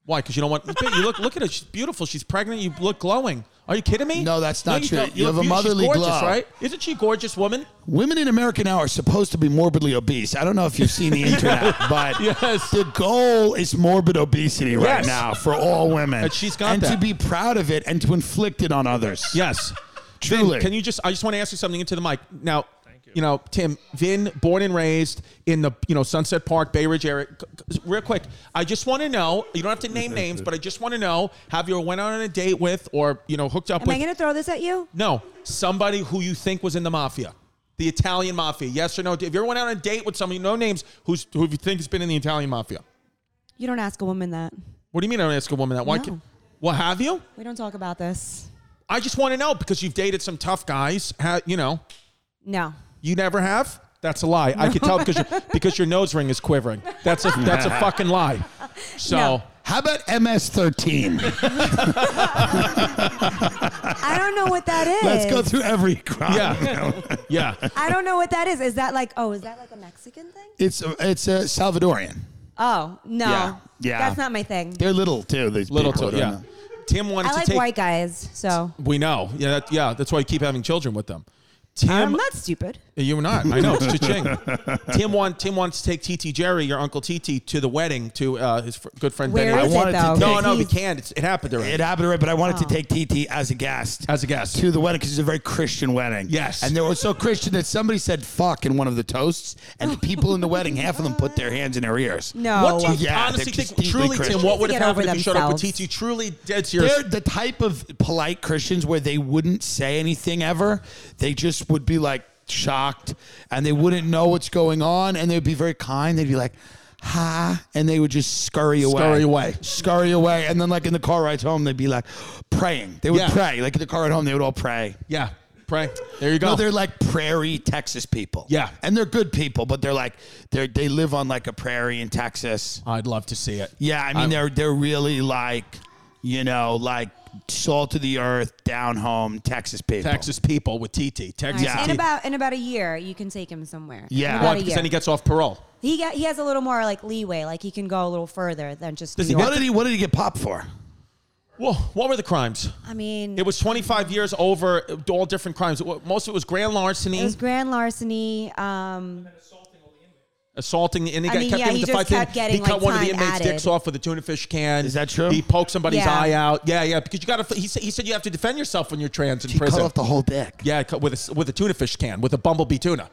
Speaker 1: Why? Because you don't want. Vin, you look look at her. She's beautiful. She's pregnant. You look glowing. Are you kidding me?
Speaker 2: No, that's not
Speaker 1: you
Speaker 2: true.
Speaker 1: don't.
Speaker 2: You have
Speaker 1: look
Speaker 2: a
Speaker 1: beautiful. She's
Speaker 2: motherly
Speaker 1: gorgeous,
Speaker 2: glow.
Speaker 1: right? Isn't she a gorgeous woman?
Speaker 2: Women in America now are supposed to be morbidly obese. I don't know if you've seen
Speaker 1: <laughs>
Speaker 2: the internet, but
Speaker 1: Yes.
Speaker 2: the goal is morbid obesity right
Speaker 1: Yes.
Speaker 2: now for all women.
Speaker 1: And she's got
Speaker 2: and to
Speaker 1: that.
Speaker 2: be proud of it and to inflict it on others.
Speaker 1: Yes.
Speaker 2: Truly.
Speaker 1: Can you just? I just want to ask you something into the mic now. You. know, Tim, Vin, born and raised in the you know Sunset Park, Bay Ridge area. C- c- Real quick, I just want to know. You don't have to name names, but I just want to know: Have you ever went out on a date with, or you know, hooked up
Speaker 4: Am
Speaker 1: with?
Speaker 4: I going to throw this at you?
Speaker 1: no, somebody who you think was in the mafia, the Italian mafia. Yes or no? Have you ever went out on a date with somebody, no names, who's who you think has been in the Italian mafia?
Speaker 4: You don't ask a woman that.
Speaker 1: What do you mean? I don't ask a woman that. Why?
Speaker 4: No.
Speaker 1: can- well, have you?
Speaker 4: We don't talk about this.
Speaker 1: I just want to know because you've dated some tough guys. Ha you know?
Speaker 4: No.
Speaker 1: You never have? That's a lie. I could tell because
Speaker 4: <laughs>
Speaker 1: your because your nose ring is quivering. That's a that's a
Speaker 2: <laughs>
Speaker 1: fucking lie. So
Speaker 4: No.
Speaker 2: How about MS-13?
Speaker 4: I don't know what that
Speaker 2: <laughs>
Speaker 4: is.
Speaker 2: Let's go through every crime.
Speaker 1: yeah, yeah.
Speaker 4: I don't know what that is. Is that like, oh, is that like a Mexican thing?
Speaker 2: <laughs> It's a, it's a Salvadorian.
Speaker 4: Oh, no.
Speaker 2: Yeah. Yeah.
Speaker 4: That's not my thing.
Speaker 2: They're little too. These
Speaker 1: Little
Speaker 2: people,
Speaker 1: too.
Speaker 2: I
Speaker 1: Yeah.
Speaker 2: don't know.
Speaker 1: Tim wanted
Speaker 4: I
Speaker 1: to
Speaker 4: like
Speaker 1: take.
Speaker 4: white guys, so.
Speaker 1: We know. Yeah, that, yeah. That's why you keep having children with them. Tim,
Speaker 4: I'm not stupid.
Speaker 1: you were not. I
Speaker 4: <laughs>
Speaker 1: know. It's cha-ching. Tim, want, Tim wants to take TT Jerry, your uncle TT, to the wedding to uh, his fr- good friend
Speaker 4: Where
Speaker 1: Benny.
Speaker 4: is
Speaker 2: wanted
Speaker 4: it
Speaker 2: to
Speaker 4: though?
Speaker 2: take-
Speaker 1: no, no, we
Speaker 4: He's-
Speaker 1: can't. It's, it happened already.
Speaker 2: It happened right, but I
Speaker 1: Oh.
Speaker 2: wanted to take TT as a guest.
Speaker 1: As a guest.
Speaker 2: To the wedding because it's a very Christian wedding.
Speaker 1: Yes.
Speaker 2: And they were so Christian that somebody said fuck in one of the toasts, and the people in the wedding, half of them put their hands in their ears.
Speaker 4: No.
Speaker 1: What do you
Speaker 2: Yeah,
Speaker 1: honestly
Speaker 2: they're just
Speaker 1: think? Truly,
Speaker 2: deeply
Speaker 1: Tim,
Speaker 2: Christian.
Speaker 1: what
Speaker 4: They
Speaker 1: would
Speaker 4: get
Speaker 1: have happened
Speaker 4: over
Speaker 1: if you showed up with
Speaker 4: themselves.
Speaker 1: TT? Truly dead serious.
Speaker 2: They're the type of polite Christians where they wouldn't say anything ever. They just would be like shocked and they wouldn't know what's going on and they'd be very kind. They'd be like, ha, and they would just scurry away.
Speaker 1: Scurry away.
Speaker 2: Scurry away. And then like in the car rides home, they'd be like praying. They would
Speaker 1: Yeah.
Speaker 2: pray. Like in the car ride home, they would all pray.
Speaker 1: yeah. Pray. There you go.
Speaker 2: No, they're like prairie Texas people.
Speaker 1: Yeah.
Speaker 2: And they're good people, but they're like they they live on like a prairie in Texas.
Speaker 1: I'd love to see it.
Speaker 2: Yeah, I mean
Speaker 1: I'm-
Speaker 2: they're they're really like, you know, like salt of the earth, down home Texas people.
Speaker 1: Texas people with TT. Texas.
Speaker 2: Yeah.
Speaker 4: In
Speaker 1: TT.
Speaker 4: about in about a year, you can take him somewhere.
Speaker 2: Yeah.
Speaker 4: in
Speaker 2: Well,
Speaker 4: about a
Speaker 1: because then he
Speaker 4: year.
Speaker 1: gets off parole.
Speaker 4: He got, he has a little more like leeway, like he can go a little further than just.
Speaker 1: Does he
Speaker 4: New
Speaker 2: What
Speaker 4: York.
Speaker 2: did he What did he get popped for?
Speaker 1: Whoa, what were the crimes?
Speaker 4: I mean,
Speaker 1: It was 25 years over uh, all different crimes. It wa- Most of it was grand larceny,
Speaker 4: it was grand larceny. Um,
Speaker 1: assaulting the inmate.
Speaker 4: I mean,
Speaker 1: kept
Speaker 4: yeah,
Speaker 1: giving
Speaker 4: he
Speaker 1: the
Speaker 4: just
Speaker 1: fight
Speaker 4: kept
Speaker 1: to-
Speaker 4: getting,
Speaker 1: He cut
Speaker 4: like,
Speaker 1: one of the
Speaker 4: time
Speaker 1: inmate's
Speaker 4: added.
Speaker 1: dicks off with a tuna fish can.
Speaker 2: Is that true?
Speaker 1: He poked somebody's
Speaker 4: Yeah.
Speaker 1: eye out. Yeah, yeah. Because you got to. He, sa- he said you have to defend yourself when you're trans in
Speaker 2: He
Speaker 1: prison.
Speaker 2: cut off the whole dick.
Speaker 1: yeah, cut with a, s- with a tuna fish can with a bumblebee tuna.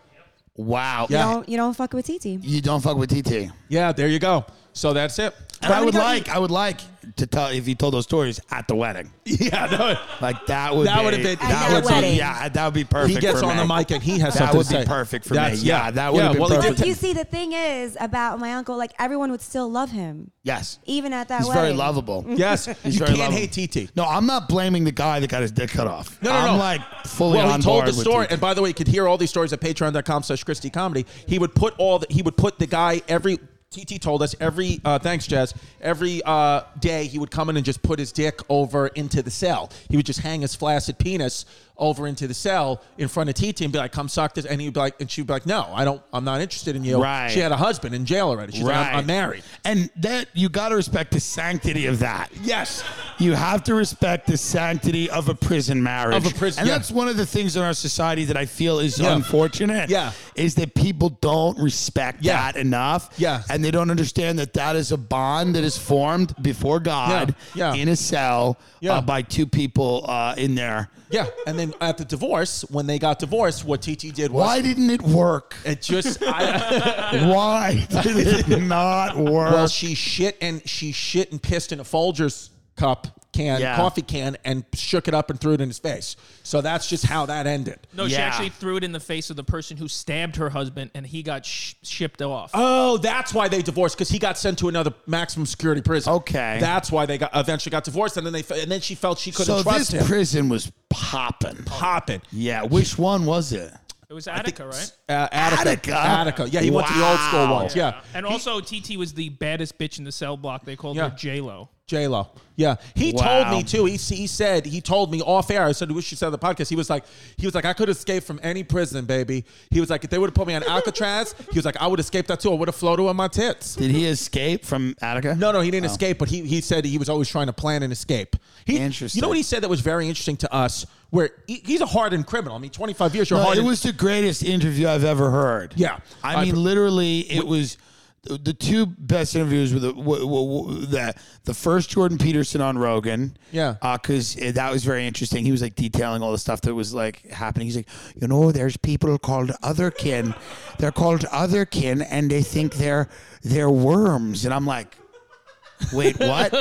Speaker 2: Wow.
Speaker 1: Yeah.
Speaker 4: you don't you don't fuck with TT.
Speaker 2: You don't fuck with TT.
Speaker 1: Yeah, there you go. So that's it. <laughs>
Speaker 2: And I
Speaker 4: gonna
Speaker 2: would
Speaker 4: go
Speaker 2: like I would like to tell if you told those stories at the wedding.
Speaker 1: Yeah, no,
Speaker 2: Like that would
Speaker 1: That
Speaker 2: be,
Speaker 1: would've been- At
Speaker 4: that
Speaker 2: would
Speaker 4: wedding.
Speaker 2: be yeah that would be perfect.
Speaker 1: he gets
Speaker 2: for
Speaker 1: on
Speaker 2: me.
Speaker 1: the mic and he has
Speaker 2: That
Speaker 1: something
Speaker 2: would
Speaker 1: to
Speaker 2: be
Speaker 1: say.
Speaker 2: perfect for me.
Speaker 1: That's-
Speaker 2: Yeah, that would've been
Speaker 1: well, he did
Speaker 2: perfect.
Speaker 4: But
Speaker 1: t-
Speaker 4: you see, the thing is about my uncle, like everyone would still love him,
Speaker 2: Yes,
Speaker 4: even at that
Speaker 2: he's
Speaker 4: wedding.
Speaker 2: very lovable.
Speaker 1: Yes, you
Speaker 2: very
Speaker 1: can't
Speaker 2: lovable.
Speaker 1: hate TT.
Speaker 2: No, I'm not blaming the guy that got his dick cut off.
Speaker 1: No, no,
Speaker 2: I'm
Speaker 1: no.
Speaker 2: like fully
Speaker 1: well,
Speaker 2: on
Speaker 1: he told
Speaker 2: board
Speaker 1: the
Speaker 2: with
Speaker 1: story,
Speaker 2: TT.
Speaker 1: and by the way, you could hear all these stories at patreon.com slash Christie Comedy. He would put all the, he would put the guy every TT told us every uh, thanks Jazz every uh, day he would come in and just put his dick over into the cell. He would just hang his flaccid penis over into the cell in front of TT and be like, "Come suck this," and he'd be like, and she'd be like, "No, I don't, I'm not interested in you."
Speaker 2: Right.
Speaker 1: She had a husband in jail already. She's like,
Speaker 2: Right.
Speaker 1: "I'm, I'm married."
Speaker 2: And that you got to respect the sanctity of that.
Speaker 1: Yes.
Speaker 2: You have to respect the sanctity of a prison marriage.
Speaker 1: Of a prison-
Speaker 2: and
Speaker 1: yeah.
Speaker 2: that's one of the things in our society that I feel is
Speaker 1: Yeah.
Speaker 2: unfortunate.
Speaker 1: Yeah.
Speaker 2: Is that people don't respect
Speaker 1: Yeah.
Speaker 2: that enough.
Speaker 1: Yeah.
Speaker 2: And they don't understand that that is a bond that is formed before God
Speaker 1: Yeah. Yeah.
Speaker 2: in a cell
Speaker 1: Yeah.
Speaker 2: uh, by two people uh, in there.
Speaker 1: Yeah, and then at the divorce, when they got divorced, what TT did was
Speaker 2: Why didn't it work?
Speaker 1: it just I,
Speaker 2: Why <laughs> did it not work?
Speaker 1: well she shit and she shit and pissed in a Folgers cup can
Speaker 2: Yeah.
Speaker 1: coffee can and shook it up and threw it in his face. So that's just how that ended.
Speaker 3: No, she
Speaker 2: Yeah.
Speaker 3: actually threw it in the face of the person who stabbed her husband, and he got sh- shipped off.
Speaker 1: Oh, that's why they divorced because he got sent to another maximum security prison.
Speaker 2: Okay.
Speaker 1: that's why they got eventually got divorced, and then they fe- and then she felt she couldn't
Speaker 2: so
Speaker 1: trust
Speaker 2: this
Speaker 1: him.
Speaker 2: prison was popping.
Speaker 1: Popping.
Speaker 2: Yeah, which one was it?
Speaker 3: it was Attica, right?
Speaker 1: Uh, Attica.
Speaker 2: Attica?
Speaker 1: Attica. Yeah, he went to the old school
Speaker 2: Wow.
Speaker 1: ones. Yeah.
Speaker 3: And also, TT was the baddest bitch in the cell block. They called
Speaker 1: Yeah.
Speaker 3: her J Lo.
Speaker 1: J Lo. Yeah, he
Speaker 2: Wow.
Speaker 1: told me too. He, he said he told me off air. I said we should start the podcast. He was like, he was like, I could escape from any prison, baby. He was like, if they would have put me on Alcatraz, <laughs> he was like, I would escape that too. I would have floated on my tits.
Speaker 2: Did he escape from Attica?
Speaker 1: No, no, he
Speaker 2: Oh.
Speaker 1: didn't escape, but he, he said he was always trying to plan an escape. He,
Speaker 2: Interesting.
Speaker 1: You know what he said that was very interesting to us? Where he, he's a hardened criminal. I mean, twenty five years. You're
Speaker 2: No, it
Speaker 1: hardened.
Speaker 2: was the greatest interview I've ever heard.
Speaker 1: Yeah.
Speaker 2: I,
Speaker 1: I-
Speaker 2: mean, literally, it was the the two best interviews were the w- w- w- the, the first Jordan Peterson on Rogan.
Speaker 1: Yeah.
Speaker 2: because that was very interesting. He was like detailing all the stuff that was like happening. He's like, you know, there's people called other kin. They're called other kin, and they think they're they're worms. And I'm like.
Speaker 1: <laughs>
Speaker 2: Wait, what?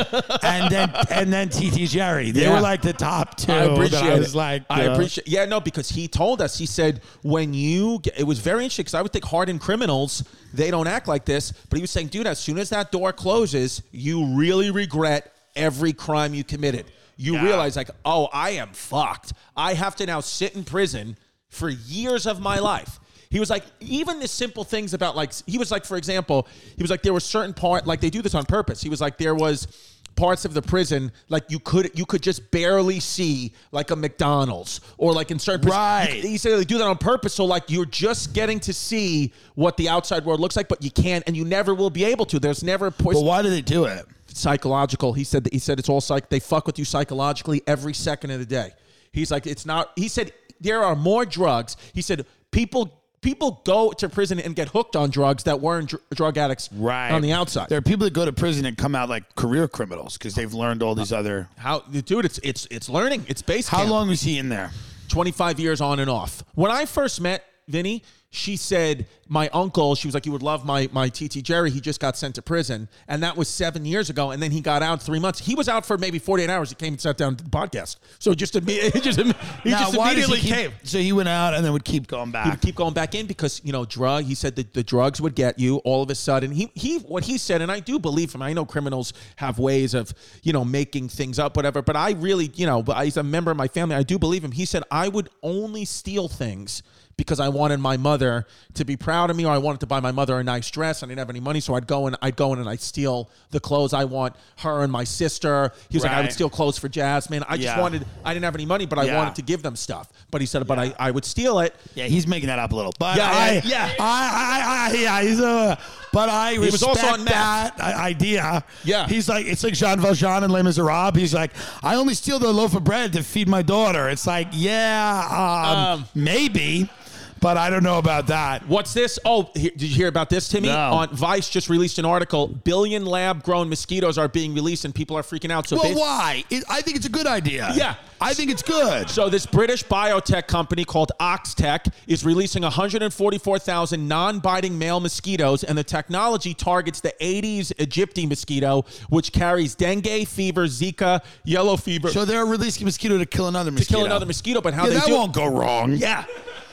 Speaker 2: and then and then TT Jerry. They
Speaker 1: Yeah.
Speaker 2: were like the top two.
Speaker 1: I appreciate
Speaker 2: that I was
Speaker 1: it.
Speaker 2: like,
Speaker 1: I
Speaker 2: uh,
Speaker 1: appreciate. Yeah, no, because he told us. He said when you, get, it was very interesting because I would think hardened criminals they don't act like this, but he was saying, dude, as soon as that door closes, you really regret every crime you committed. You realize like, oh, I am fucked. I have to now sit in prison for years of my life. He was like, even the simple things about like, he was like, for example, he was like, there were certain part, like they do this on purpose. He was like, there was parts of the prison, like you could, you could just barely see like a McDonald's or like in certain, prison-
Speaker 2: Right.
Speaker 1: you- he said they do that on purpose. So like, you're just getting to see what the outside world looks like, but you can't, and you never will be able to. There's never a point
Speaker 2: But why do they do it?
Speaker 1: psychological. He said that he said it's all psych. They fuck with you psychologically every second of the day. He's like, it's not. He said there are more drugs. He said people people go to prison and get hooked on drugs that weren't dr- drug addicts
Speaker 2: Right.
Speaker 1: on the outside.
Speaker 2: There are people that go to prison and come out like career criminals because they've learned all these other.
Speaker 1: How dude, it's it's it's learning. It's base
Speaker 2: Uh, How
Speaker 1: camp.
Speaker 2: long was he in there?
Speaker 1: 25 years on and off. When I first met Vinny, she said, My uncle, she was like, You would love my my TT Jerry. He just got sent to prison. And that was seven years ago. And then he got out three months. He was out for maybe 48 hours. He came and sat down to the podcast. So just, imme- <laughs> he just, imme- he
Speaker 2: Now,
Speaker 1: just
Speaker 2: why does
Speaker 1: immediately
Speaker 2: he keep-
Speaker 1: came.
Speaker 2: So he went out and then would keep going
Speaker 1: He
Speaker 2: back.
Speaker 1: would keep going back in because you know drug. He said that the drugs would get you. All of a sudden, he he what he said, and I do believe him. I know criminals have ways of you know making things up, whatever. But I really, you know, but he's a member of my family. I do believe him. He said I would only steal things because I wanted my mother to be proud of me, or I wanted to buy my mother a nice dress. I didn't have any money, so I'd go and I'd go in and I'd steal the clothes I want her and my sister. He was like, I would
Speaker 2: Right.
Speaker 1: steal clothes for Jasmine. I just
Speaker 2: Yeah.
Speaker 1: wanted. I didn't have any money, but I
Speaker 2: Yeah.
Speaker 1: wanted to give them stuff. But he said, but I, I would steal it.
Speaker 2: Yeah, he's making that up a little. But
Speaker 1: Yeah,
Speaker 2: I,
Speaker 1: yeah, yeah.
Speaker 2: I, I, I, yeah, he's a. But I respect
Speaker 1: was also on meth.
Speaker 2: that i- idea.
Speaker 1: Yeah.
Speaker 2: he's like it's like Jean Valjean and Les Miserables. He's like, I only steal the loaf of bread to feed my daughter. It's like, yeah, um,
Speaker 1: Um.
Speaker 2: maybe, but I don't know about that.
Speaker 1: What's this? Oh, he- did you hear about this, Timmy?
Speaker 2: No.
Speaker 1: On Vice just released an article. Billion lab-grown mosquitoes are being released, and people are freaking out. So,
Speaker 2: Well,
Speaker 1: bas-
Speaker 2: why? It, I think it's a good idea.
Speaker 1: Yeah.
Speaker 2: I think it's good.
Speaker 1: so this British biotech company called OxTech is releasing 144,000 non-biting male mosquitoes, and the technology targets the Aedes aegypti mosquito, which carries dengue fever, Zika, yellow fever.
Speaker 2: <laughs> So they're releasing a mosquito to kill another
Speaker 1: to
Speaker 2: mosquito.
Speaker 1: kill another mosquito, but how
Speaker 2: Yeah,
Speaker 1: they
Speaker 2: that
Speaker 1: do
Speaker 2: won't go wrong.
Speaker 1: Yeah.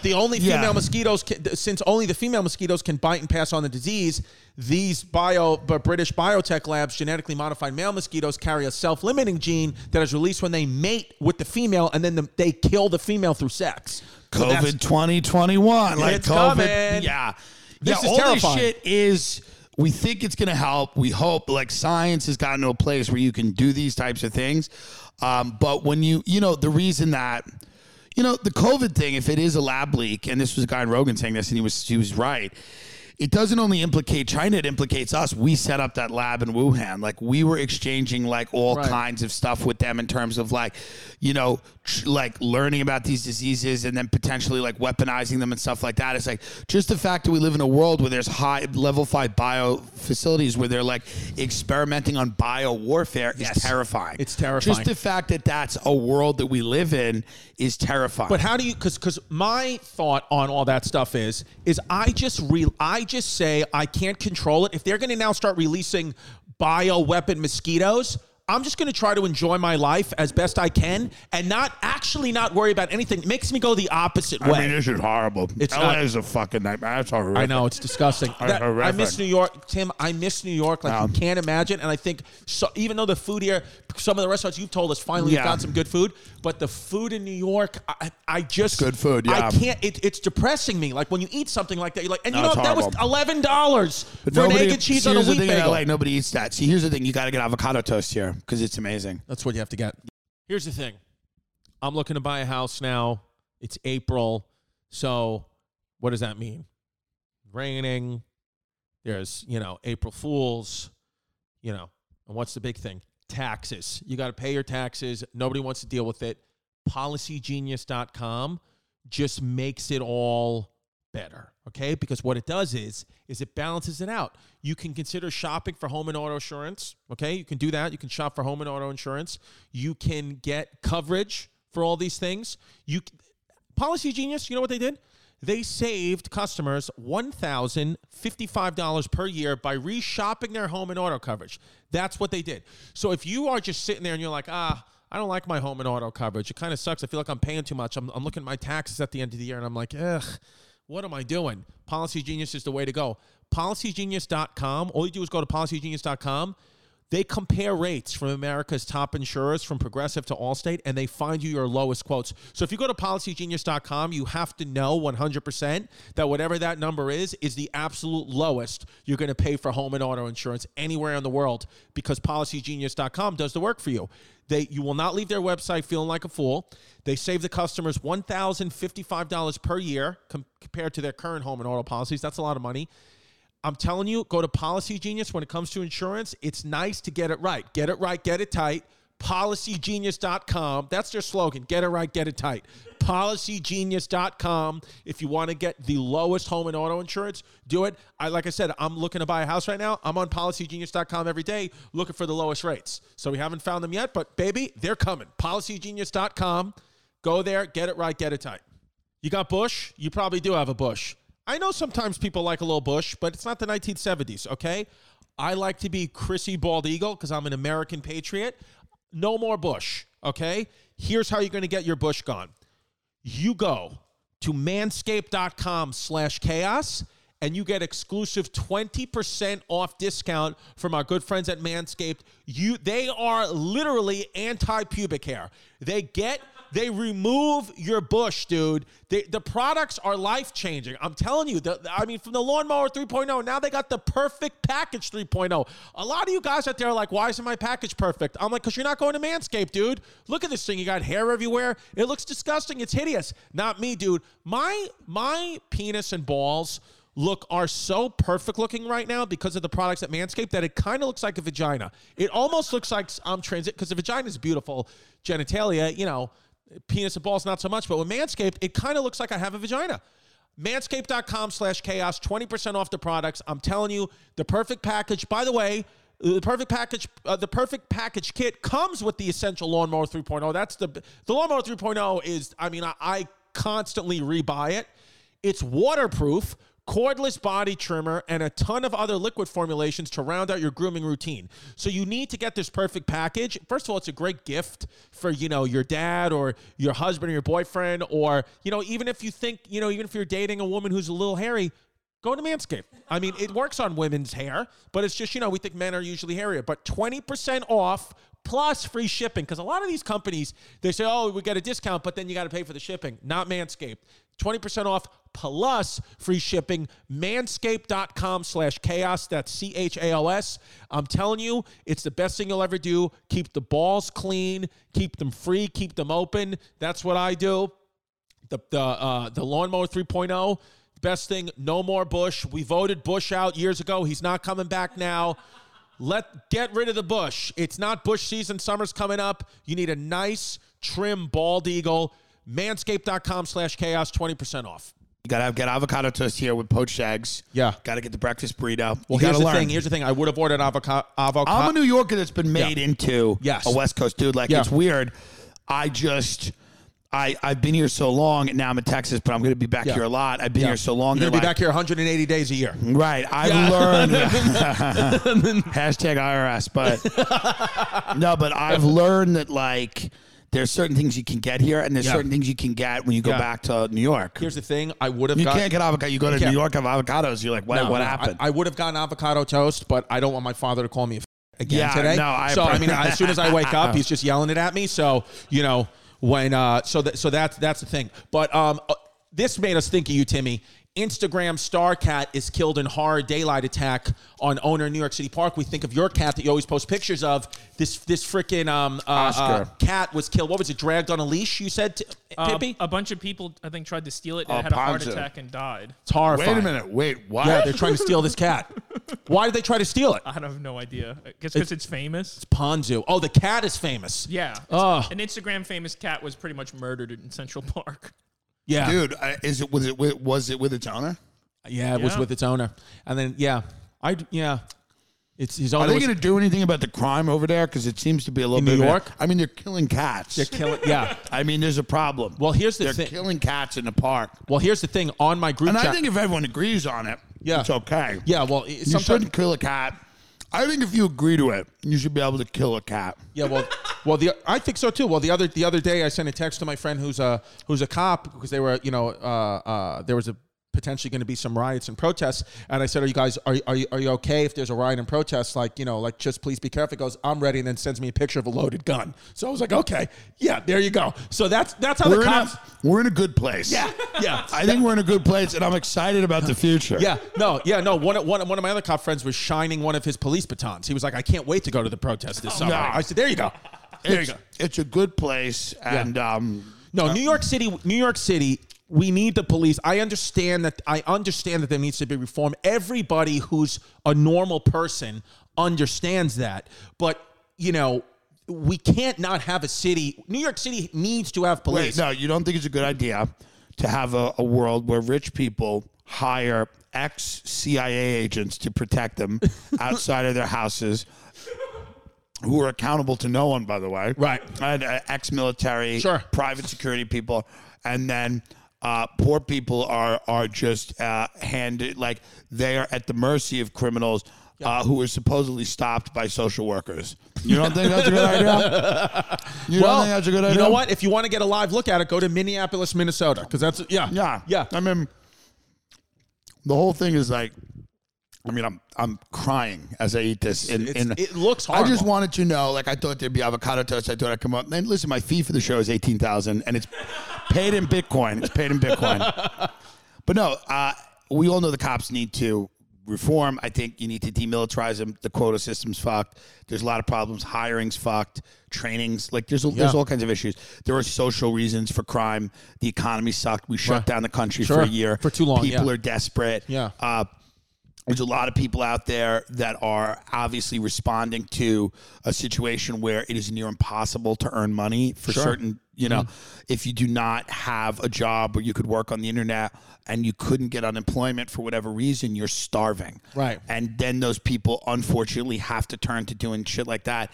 Speaker 1: The only
Speaker 2: Yeah.
Speaker 1: female mosquitoes, can, th- since only the female mosquitoes can bite and pass on the disease, these bio, but British biotech labs genetically modified male mosquitoes carry a self-limiting gene that is released when they mate with the female, and then the, they kill the female through sex. So that's-
Speaker 2: COVID twenty twenty one, like
Speaker 1: It's
Speaker 2: COVID.
Speaker 1: coming.
Speaker 2: Yeah,
Speaker 1: This
Speaker 2: yeah.
Speaker 1: is
Speaker 2: all
Speaker 1: terrifying.
Speaker 2: this shit is. We think it's going to help. We hope. Like science has gotten to a place where you can do these types of things. Um, but when you, you know, the reason that, you know, the COVID thing, if it is a lab leak, and this was a guy in Rogan saying this, and he was he was right. It doesn't only implicate China; it implicates us. We set up that lab in Wuhan. Like we were exchanging like all
Speaker 1: Right.
Speaker 2: kinds kinds of stuff with them in terms of like, you know, tr- like learning about these diseases and then potentially like weaponizing them and stuff like that. It's like just the fact that we live in a world where there's high level five bio facilities where they're like experimenting on bio warfare
Speaker 1: Yes.
Speaker 2: is terrifying.
Speaker 1: It's terrifying.
Speaker 2: Just the fact that that's a world that we live in is terrifying.
Speaker 1: But how do you? Because because my thought on all that stuff is is I just re I just say I can't control it. If they're going to now start releasing bioweapon mosquitoes. I'm just going to try to enjoy my life as best I can and not actually not worry about anything. It makes me go the opposite way.
Speaker 2: this is horrible.
Speaker 1: It's LA not- is
Speaker 2: a fucking nightmare. That's
Speaker 1: I know it's disgusting.
Speaker 2: Are
Speaker 1: That- I
Speaker 2: horrific. Um,
Speaker 1: miss New York, Tim. I miss New York like you can't imagine. And I think so, even though the food here, some of the restaurants you've told us finally we
Speaker 2: Yeah.
Speaker 1: have got some good food, but the food in New York, I, I just
Speaker 2: good food,
Speaker 1: I
Speaker 2: yeah.
Speaker 1: can't. It, it's depressing me. Like when you eat something like that, you're like, and you
Speaker 2: No,
Speaker 1: know
Speaker 2: it's
Speaker 1: what? that was
Speaker 2: horrible.
Speaker 1: eleven dollars for an egg and cheese on a
Speaker 2: here's
Speaker 1: wheat
Speaker 2: the thing in
Speaker 1: bagel.
Speaker 2: LA, nobody eats that. See, here's the thing: you got to get avocado toast here because it's amazing.
Speaker 1: That's what you have to get. Here's the thing. I'm looking to buy a house now. It's April. So what does that mean? Raining. There's, you know, April Fools, you know. And what's the big thing? Taxes. You got to pay your taxes. Nobody wants to deal with it. Policygenius.com just makes it all better okay because what it does is is it balances it out you can consider shopping for home and auto insurance okay you can do that you can shop for home and auto insurance you can get coverage for all these things you c- policy genius you know what they did they saved customers $1055 per year by reshopping their home and auto coverage that's what they did so if you are just sitting there and you're like ah I don't like my home and auto coverage. It kind of sucks. I feel like I'm paying too much. I'm, I'm looking at my taxes at the end of the year and I'm like, ugh, what am I doing? Policy Genius is the way to go. PolicyGenius.com. All you do is go to policygenius.com. They compare rates from America's top insurers, from Progressive to Allstate, and they find you your lowest quotes. So if you go to policygenius.com, you have to know 100% that whatever that number is, is the absolute lowest you're going to pay for home and auto insurance anywhere in the world because policygenius.com does the work for you. They, you will not leave their website feeling like a fool. They save the customers $1,055 per year com- compared to their current home and auto policies. That's a lot of money. I'm telling you, go to Policy Genius. When it comes to insurance, it's nice to get it right. Get it right, get it tight. policygenius.com. That's their slogan. Get it right, get it tight. Policygenius.com. If you want to get the lowest home and auto insurance, do it. I like I said, I'm looking to buy a house right now. I'm on policygenius.com every day looking for the lowest rates. So we haven't found them yet, but baby, they're coming. Policygenius.com. Go there, get it right, get it tight. You got Bush? You probably do have a Bush. I know sometimes people like a little Bush, but it's not the 1970s, okay? I like to be Chrissy Bald Eagle because I'm an American patriot. No more Bush, okay? Here's how you're going to get your Bush gone. You go to manscaped.com slash chaos and you get exclusive 20% off discount from our good friends at Manscaped. You they are literally anti-pubic hair. They get they remove your bush, dude. They, the products are life changing. I'm telling you. The, I mean, from the lawnmower 3.0, now they got the perfect package 3.0. A lot of you guys out there are like, why isn't my package perfect? I'm like, because you're not going to Manscaped, dude. Look at this thing. You got hair everywhere. It looks disgusting. It's hideous. Not me, dude. My my penis and balls look are so perfect looking right now because of the products at Manscaped that it kind of looks like a vagina. It almost looks like I'm transit because the vagina is beautiful. Genitalia, you know, penis and balls not so much, but with Manscaped, it kind of looks like I have a vagina. Manscaped.com slash chaos, 20% off the products. I'm telling you, the perfect package. By the way, the perfect package, uh, the perfect package kit comes with the essential lawnmower 3.0. That's the the lawnmower 3.0 is. I mean, I, I constantly rebuy it. It's waterproof, cordless body trimmer, and a ton of other liquid formulations to round out your grooming routine. So you need to get this perfect package. First of all, it's a great gift for, you know, your dad or your husband or your boyfriend, or, you know, even if you think, you know, even if you're dating a woman who's a little hairy, go to Manscaped. I mean, it works on women's hair, but it's just, you know, we think men are usually hairier. But 20% off plus free shipping because a lot of these companies, they say, oh, we get a discount, but then you got to pay for the shipping. Not Manscaped. 20% off plus free shipping. Manscaped.com slash chaos. That's C H A O S. I'm telling you, it's the best thing you'll ever do. Keep the balls clean, keep them free, keep them open. That's what I do the the uh, the lawnmower 3.0 best thing no more bush we voted bush out years ago he's not coming back now let get rid of the bush it's not bush season summer's coming up you need a nice trim bald eagle manscaped.com slash chaos 20% off
Speaker 2: You gotta have, get avocado toast here with poached eggs.
Speaker 1: Yeah.
Speaker 2: Gotta get the breakfast burrito.
Speaker 1: well
Speaker 2: you gotta
Speaker 1: here's the
Speaker 2: learn.
Speaker 1: thing here's the thing i would have ordered avocado
Speaker 2: I'm a
Speaker 1: avocado
Speaker 2: New Yorker that's been made
Speaker 1: Yeah.
Speaker 2: into
Speaker 1: Yes.
Speaker 2: a West Coast dude. Like
Speaker 1: Yeah.
Speaker 2: it's weird. I just I I've been here so long and now I'm in Texas, but I'm gonna be back
Speaker 1: Yeah.
Speaker 2: here a lot. I've been here so long.
Speaker 1: you're gonna
Speaker 2: they're
Speaker 1: be
Speaker 2: like-
Speaker 1: back here 180 days a <laughs> year
Speaker 2: Right. I learned
Speaker 1: <laughs>
Speaker 2: <laughs> hashtag IRS, but no, but I've learned that like there's certain things you can get here and there's
Speaker 1: Yeah.
Speaker 2: certain things you can get when you go
Speaker 1: Yeah.
Speaker 2: back to New York.
Speaker 1: here's the thing i would have
Speaker 2: you
Speaker 1: got
Speaker 2: can't get avocado. You go to
Speaker 1: can't.
Speaker 2: New York have avocados. You're like, what?
Speaker 1: No,
Speaker 2: what
Speaker 1: no,
Speaker 2: happened?
Speaker 1: I, I would have gotten avocado toast, but I don't want my father to call me a f- again
Speaker 2: Yeah,
Speaker 1: today.
Speaker 2: no, I-
Speaker 1: so I mean, as soon as I wake up,
Speaker 2: <laughs>
Speaker 1: he's just yelling it at me. So you know, when uh, so that so that's that's the thing. But um, uh, this made us think of you, Timmy. Instagram star cat is killed in horror daylight attack on owner in New York City Park. We think of your cat that you always post pictures of. This this freaking um uh, uh,
Speaker 2: Oscar.
Speaker 1: cat was killed. What was it? Dragged on a leash? You said, T-
Speaker 2: Um,
Speaker 3: Uh,
Speaker 1: Tippy?
Speaker 3: a bunch of people, I think, tried to steal it and
Speaker 2: Oh,
Speaker 3: had a heart
Speaker 2: Ponzo.
Speaker 3: attack and died.
Speaker 1: it's horrifying.
Speaker 2: Wait, what?
Speaker 1: Yeah, they're trying to steal this
Speaker 2: <laughs>
Speaker 1: cat. Why did they try to steal it?
Speaker 3: I have no idea. I guess because it's famous.
Speaker 1: Ponzu. Oh, the cat is famous.
Speaker 3: Yeah. It's-
Speaker 1: Oh.
Speaker 3: An Instagram famous cat was pretty much murdered in Central Park. <laughs>
Speaker 1: Yeah.
Speaker 2: Dude, I- is it was it with- was it with its owner?
Speaker 1: Yeah, it was
Speaker 3: Yeah.
Speaker 1: with its owner. And then yeah. I yeah. It's his owner.
Speaker 2: Are they
Speaker 1: was-
Speaker 2: going to do anything about the crime over there? Because it seems to be a little
Speaker 1: In
Speaker 2: bit
Speaker 1: New
Speaker 2: of a-
Speaker 1: York?
Speaker 2: I mean, they're killing cats.
Speaker 1: they're <laughs> killing yeah.
Speaker 2: I mean, there's a problem.
Speaker 1: Well, here's the
Speaker 2: they're
Speaker 1: thing.
Speaker 2: killing cats in the park,
Speaker 1: well, here's the thing on my group
Speaker 2: and
Speaker 1: chat.
Speaker 2: I think if everyone agrees on it,
Speaker 1: Yeah.
Speaker 2: it's okay.
Speaker 1: yeah, well,
Speaker 2: you
Speaker 1: sometimes
Speaker 2: shouldn't kill a cat. I think if you agree to it, you should be able to kill a cat.
Speaker 1: Yeah, well, well, the I think so too. Well, the other the other day, I sent a text to my friend who's a who's a cop because they were you know uh, uh, there was a potentially going to be some riots and protests, and I said, "Are you guys are, are you are you okay if there's a riot and protest? Like you know, like just please be careful." He goes, "I'm ready," and then sends me a picture of a loaded gun. So I was like, "Okay, yeah, there you go." So that's that's how
Speaker 2: We're
Speaker 1: the
Speaker 2: in
Speaker 1: cops.
Speaker 2: a we're in a good place.
Speaker 1: yeah, yeah.
Speaker 2: <laughs> I think we're in a good place, and I'm excited about the future.
Speaker 1: Yeah, no, yeah, no. One, one, one of my other cop friends was shining one of his police batons. He was like, "I can't wait to go to the protest this summer."
Speaker 2: no.
Speaker 1: I said, "There you go, there you
Speaker 2: it's,
Speaker 1: go."
Speaker 2: it's a good place, and um,
Speaker 1: No, New York City, New York City, we need the police. I understand that I understand that there needs to be reform. Everybody who's a normal person understands that. But, you know, we can't not have a city. New York City needs to have police.
Speaker 2: Wait, no, you don't think it's a good idea to have a, a world where rich people hire ex CIA agents to
Speaker 1: <laughs>
Speaker 2: protect them outside of their houses, who are accountable to no one, by the way.
Speaker 1: Right.
Speaker 2: And uh, ex military,
Speaker 1: Sure.
Speaker 2: private security people. And then. Uh, poor people are are just uh, handed like they are at the mercy of criminals uh, who are supposedly stopped by social
Speaker 1: <laughs>
Speaker 2: workers. You don't think that's a good idea? You
Speaker 1: Well,
Speaker 2: don't think that's a good idea?
Speaker 1: you know what? If you want to get a live look at it, go to Minneapolis, Minnesota, because that's yeah,
Speaker 2: Yeah.
Speaker 1: yeah.
Speaker 2: I mean, the whole thing is like, I mean, I'm I'm crying as I eat this. In,
Speaker 1: It's-
Speaker 2: in,
Speaker 1: it looks
Speaker 2: I just
Speaker 1: horrible.
Speaker 2: wanted to know. Like, I thought there'd be avocado toast. I thought I'd come up. And listen, my fee for the show is eighteen thousand, and it's paid in Bitcoin. It's paid in
Speaker 1: <laughs>
Speaker 2: Bitcoin. but no, uh, we all know the cops need to reform. I think you need to demilitarize them. The quota system's fucked. There's a lot of problems. Hiring's fucked. Trainings, like there's a, there's
Speaker 1: Yeah.
Speaker 2: all kinds of issues. There are social reasons for crime. The economy sucked. We shut
Speaker 1: Right.
Speaker 2: down the country for
Speaker 1: Sure.
Speaker 2: a year
Speaker 1: For too long,
Speaker 2: People
Speaker 1: yeah.
Speaker 2: are desperate.
Speaker 1: Yeah.
Speaker 2: Uh, there's a lot of people out there that are obviously responding to a situation where it is near impossible to earn money for certain you know
Speaker 1: Mm-hmm.
Speaker 2: if you do not have a job where you could work on the internet and you couldn't get unemployment for whatever reason you're starving
Speaker 1: Right.
Speaker 2: and then those people unfortunately have to turn to doing shit like that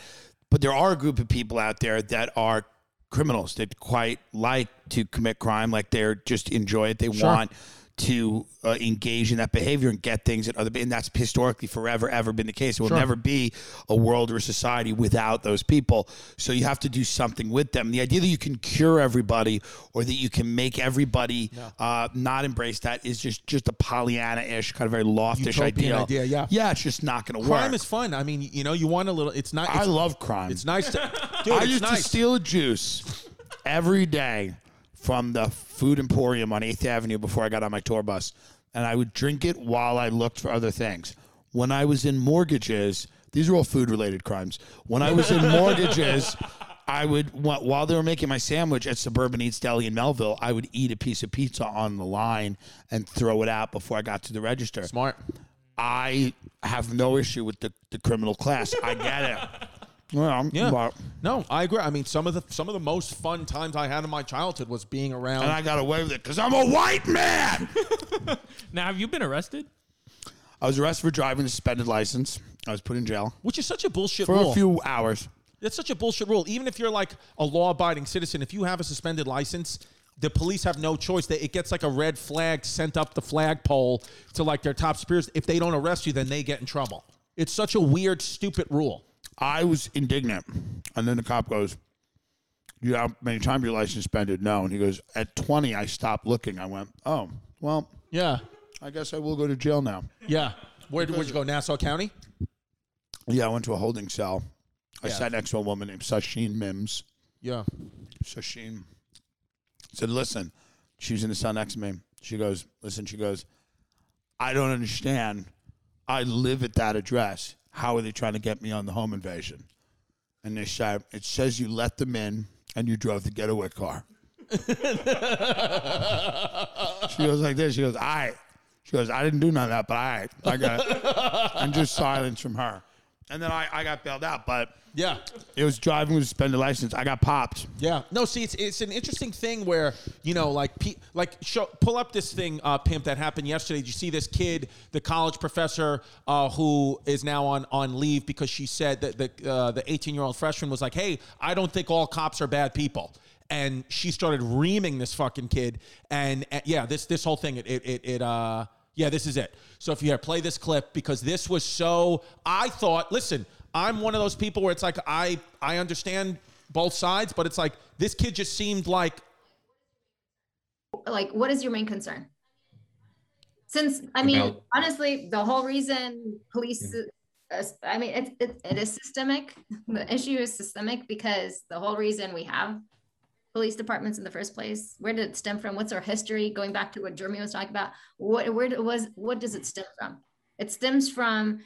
Speaker 2: but there are a group of people out there that are criminals that quite like to commit crime like they're just enjoy it they want to uh, engage in that behavior and get things at other and that's historically forever ever been the case it will never be a world or a society without those people so you have to do something with them the idea that you can cure everybody or that you can make everybody uh, not embrace that is just just a pollyanna-ish kind of very loftish
Speaker 1: Utopian
Speaker 2: idea.
Speaker 1: idea, yeah.
Speaker 2: yeah it's just not going to work
Speaker 1: Crime is fun. I mean, you know, you want a little. It's not.
Speaker 2: i
Speaker 1: It's,
Speaker 2: love crime
Speaker 1: it's nice to.
Speaker 2: <laughs>
Speaker 1: Dude,
Speaker 2: I
Speaker 1: it's
Speaker 2: used
Speaker 1: nice.
Speaker 2: to steal juice every day from the food emporium on 8th Avenue before I got on my tour bus. And I would drink it while I looked for other things. When I was in mortgages, these are all food related crimes. When
Speaker 1: <laughs>
Speaker 2: I was in mortgages, I would, wh- while they were making my sandwich at Suburban Eats Deli in Melville, I would eat a piece of pizza on the line and throw it out before I got to the register.
Speaker 1: Smart.
Speaker 2: I have no issue with the, the criminal class. I get it. <laughs> Well,
Speaker 1: Yeah.
Speaker 2: but-
Speaker 1: No, I agree. I mean, some of the some of the most fun times I had in my childhood was being around.
Speaker 2: and I got away with it because I'm a white man.
Speaker 3: Now, have you been arrested?
Speaker 2: I was arrested for driving with a suspended license. I was put in jail
Speaker 1: which is such a bullshit
Speaker 2: for
Speaker 1: rule.
Speaker 2: a few hours.
Speaker 1: That's such a bullshit rule. Even if you're like a law-abiding citizen, if you have a suspended license, the police have no choice. That it gets like a red flag sent up the flagpole to like their top superiors. If they don't arrest you, then they get in trouble. It's such a weird, stupid rule.
Speaker 2: I was indignant, and then the cop goes, "You know how many times your license suspended?" No, and he goes, "At 20, I stopped looking." I went, "Oh, well,
Speaker 1: Yeah,
Speaker 2: I guess I will go to jail now."
Speaker 1: yeah. Where would you go? Nassau County.
Speaker 2: Yeah, I went to a holding cell. I
Speaker 1: Yeah.
Speaker 2: sat next to a woman named Sasheen Mims.
Speaker 1: Yeah.
Speaker 2: So she said, Listen, she was in the cell next to me. She goes, Listen, she goes, I don't understand. I live at that address. How are they trying to get me on the home invasion? And they said, It says you let them in and you drove the getaway car. she goes like this. She goes, I. She goes, I didn't do none of that, but I, I got, I'm just silence from her. And then I, I got bailed out, but
Speaker 1: Yeah.
Speaker 2: it was driving with a suspended license. I got popped.
Speaker 1: Yeah. No, see, it's it's an interesting thing where you know, like, pe- like, show, pull up this thing, uh, pimp, that happened yesterday. Did you see this kid, the college professor, uh, who is now on on leave because she said that the uh, the eighteen year old freshman was like, "Hey, I don't think all cops are bad people." And she started reaming this fucking kid, and uh, yeah, this this whole thing, it it it, it uh, yeah, this is it. So if you here, play this clip because this was so. I thought, listen, I'm one of those people where it's like I I understand both sides, but it's like this kid just seemed like
Speaker 5: like what is your main concern since i mean
Speaker 6: About-
Speaker 5: honestly the whole reason police uh, i mean it, it, it is systemic the issue is systemic because the whole reason we have police departments in the first place where did it stem from what's our history going back to what jeremy was talking about what where did- was what does it stem from it stems from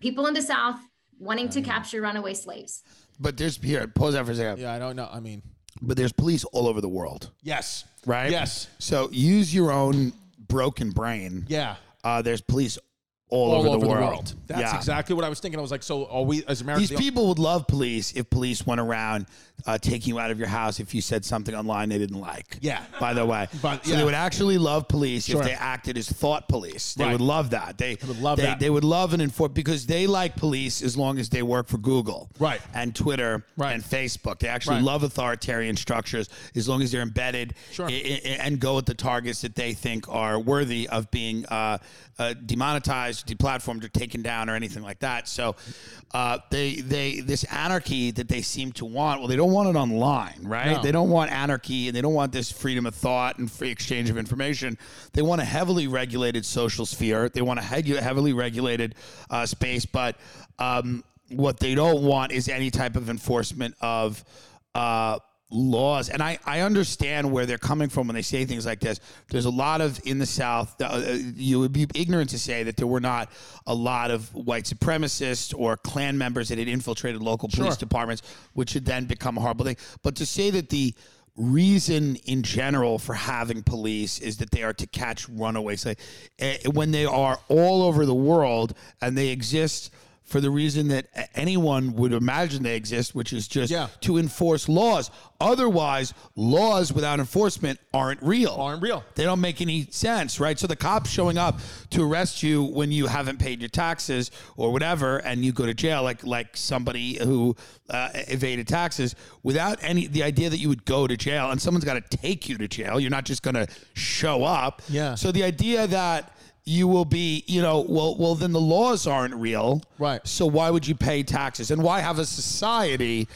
Speaker 5: people in the south wanting
Speaker 7: Mm-hmm.
Speaker 5: to capture runaway slaves
Speaker 2: But there's here, pause that for a second.
Speaker 1: yeah, I don't know. I mean,
Speaker 2: But there's police all over the world,
Speaker 1: yes,
Speaker 2: right?
Speaker 1: Yes,
Speaker 2: So use your own broken brain.
Speaker 1: yeah,
Speaker 2: Uh, there's police all,
Speaker 1: all
Speaker 2: over,
Speaker 1: over
Speaker 2: the world.
Speaker 1: That's
Speaker 2: yeah.
Speaker 1: exactly what I was thinking. I was like, so are we as Americans?
Speaker 2: These people would love police if police went around uh, taking you out of your house if you said something online they didn't like.
Speaker 1: Yeah.
Speaker 2: By the way,
Speaker 1: But,
Speaker 2: so
Speaker 1: yeah.
Speaker 2: they would actually love police
Speaker 1: Sure.
Speaker 2: if they acted as thought police. They
Speaker 1: Right.
Speaker 2: would love that. They, they
Speaker 1: would love
Speaker 2: they,
Speaker 1: that.
Speaker 2: They would love and enforce because they like police as long as they work for Google,
Speaker 1: Right.
Speaker 2: and Twitter,
Speaker 1: Right.
Speaker 2: and Facebook. They actually
Speaker 1: Right.
Speaker 2: love authoritarian structures as long as they're embedded
Speaker 1: Sure.
Speaker 2: i- i- and go at the targets that they think are worthy of being uh, uh, demonetized, deplatformed, or taken down, or anything like that. So uh, they they this anarchy that they seem to want. Well, they don't want it online, right?
Speaker 1: No.
Speaker 2: They don't want anarchy, and they don't want this freedom of thought and free exchange of information. They want a heavily regulated social sphere. They want a he- heavily regulated uh, space, but um, what they don't want is any type of enforcement of uh, laws. And I, I understand where they're coming from when they say things like this. There's a lot of, in the South, uh, uh, you would be ignorant to say that there were not a lot of white supremacists or Klan members that had infiltrated local police departments, which had then become a horrible thing. But to say that the reason in general for having police is that they are to catch runaways like, eh, when they are all over the world and they exist for the reason that a- anyone would imagine they exist which is just
Speaker 1: Yeah.
Speaker 2: to enforce laws otherwise laws without enforcement aren't real
Speaker 1: Aren't real.
Speaker 2: they don't make any sense, right? So the cops showing up to arrest you when you haven't paid your taxes or whatever, and you go to jail, like like somebody who uh, evaded taxes, without any the idea that you would go to jail, and someone's got to take you to jail. You're not just going to show up.
Speaker 1: Yeah.
Speaker 2: So the idea that you will be, you know, well, well, then the laws aren't real,
Speaker 1: Right.
Speaker 2: So why would you pay taxes, and why have a society?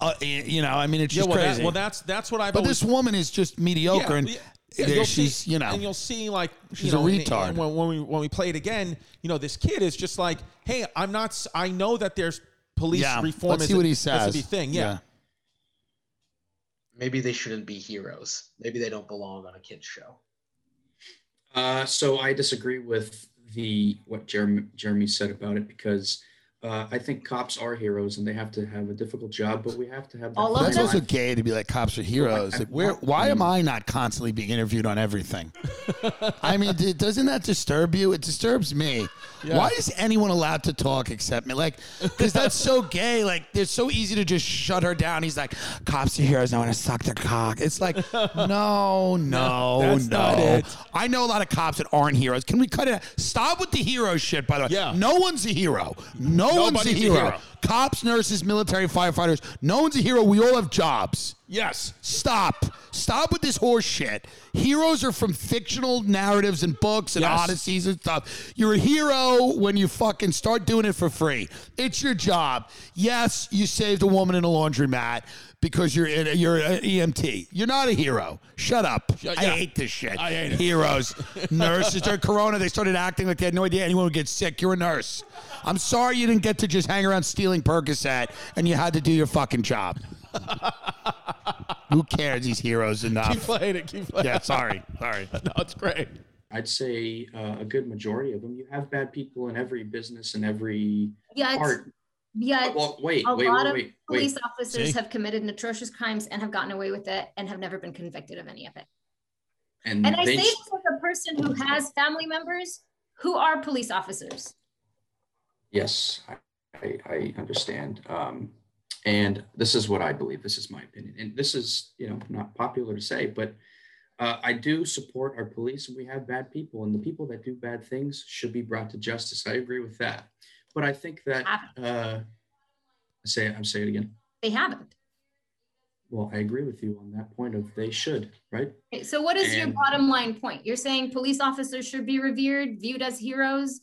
Speaker 2: Uh, y- you know, I mean, it's
Speaker 1: yeah,
Speaker 2: just
Speaker 1: well,
Speaker 2: crazy.
Speaker 1: that, well, that's that's what I've
Speaker 2: But
Speaker 1: always
Speaker 2: this woman is just mediocre, and
Speaker 1: yeah, yeah,
Speaker 2: there
Speaker 1: you'll
Speaker 2: she's,
Speaker 1: see-
Speaker 2: you know,
Speaker 1: and you'll see like you
Speaker 2: she's a
Speaker 1: know, and-
Speaker 2: retard.
Speaker 1: and when, when we when we play it again, you know, this kid is just like, hey, I'm not. s- I know that there's police
Speaker 2: Yeah,
Speaker 1: reform.
Speaker 2: let's
Speaker 1: is
Speaker 2: see what
Speaker 1: a-
Speaker 2: he
Speaker 1: is a
Speaker 2: says.
Speaker 1: big thing, yeah.
Speaker 6: Maybe they shouldn't be heroes. Maybe they don't belong on a kid's show.
Speaker 7: Uh, so I disagree with the what Jeremy, Jeremy said about it because uh, I think cops are heroes and they have to have a difficult job, but we have to have that
Speaker 5: All
Speaker 2: But
Speaker 5: of
Speaker 2: that's
Speaker 5: them?
Speaker 2: also gay to be like cops are heroes. Like, where? Why
Speaker 1: Mm.
Speaker 2: am I not constantly being interviewed on
Speaker 1: <laughs>
Speaker 2: everything? I mean, d- doesn't that disturb you? It disturbs me. Why is anyone allowed to talk except me? Like, because that's so gay. Like, it's so easy to just shut her down. He's like, cops are heroes. I want to suck their cock.
Speaker 1: <laughs>
Speaker 2: It's like, no, no, no.
Speaker 1: that's not it.
Speaker 2: I know a lot of cops that aren't heroes. Can we cut it? out? Stop with the hero shit. By the way,
Speaker 1: Yeah.
Speaker 2: no one's a hero. No one's a
Speaker 1: Nobody's a
Speaker 2: hero.
Speaker 1: hero.
Speaker 2: Cops, nurses, military, firefighters. No one's a hero. We all have jobs.
Speaker 1: Yes. <laughs>
Speaker 2: Stop. Stop with this horse shit. Heroes are from fictional narratives and books and
Speaker 1: Yes.
Speaker 2: odysseys and stuff. You're a hero when you fucking start doing it for free. It's your job. Yes, you saved a woman in a laundromat because you're in you're an EMT. You're not a hero. Shut up.
Speaker 1: Yeah,
Speaker 2: I
Speaker 1: yeah.
Speaker 2: hate this shit.
Speaker 1: I hate it. <laughs>
Speaker 2: Heroes. Nurses during Corona, they started acting like they had no idea anyone would get sick. You're a nurse. I'm sorry you didn't get to just hang around stealing Percocet and you had to do your fucking job. Who cares? These heroes
Speaker 1: Keep
Speaker 2: enough.
Speaker 1: playing it. Keep playing.
Speaker 2: <laughs> Yeah,
Speaker 1: it. <laughs>
Speaker 2: sorry, sorry.
Speaker 1: no, it's great.
Speaker 7: I'd say uh, a good majority of them. You have bad people in every business and every
Speaker 5: Yet,
Speaker 7: part.
Speaker 5: yet
Speaker 7: Well, wait,
Speaker 5: a
Speaker 7: wait,
Speaker 5: lot
Speaker 7: wait,
Speaker 5: of
Speaker 7: wait, wait.
Speaker 5: police officers
Speaker 1: See?
Speaker 5: have committed atrocious crimes and have gotten away with it and have never been convicted of any of it.
Speaker 7: And,
Speaker 5: And I
Speaker 7: they
Speaker 5: say this as a person who has family members who are police officers.
Speaker 7: Yes, I, I, I understand. Um, and this is what I believe. This is my opinion. And this is, you know, not popular to say, but uh, I do support our police. We have bad people, and the people that do bad things should be brought to justice. I agree with that. But I think that uh, say I'm saying it again.
Speaker 5: They haven't.
Speaker 7: Well, I agree with you on that point of they should, right?
Speaker 5: Okay, So what is your
Speaker 7: And-
Speaker 5: bottom line point? You're saying police officers should be revered, viewed as heroes.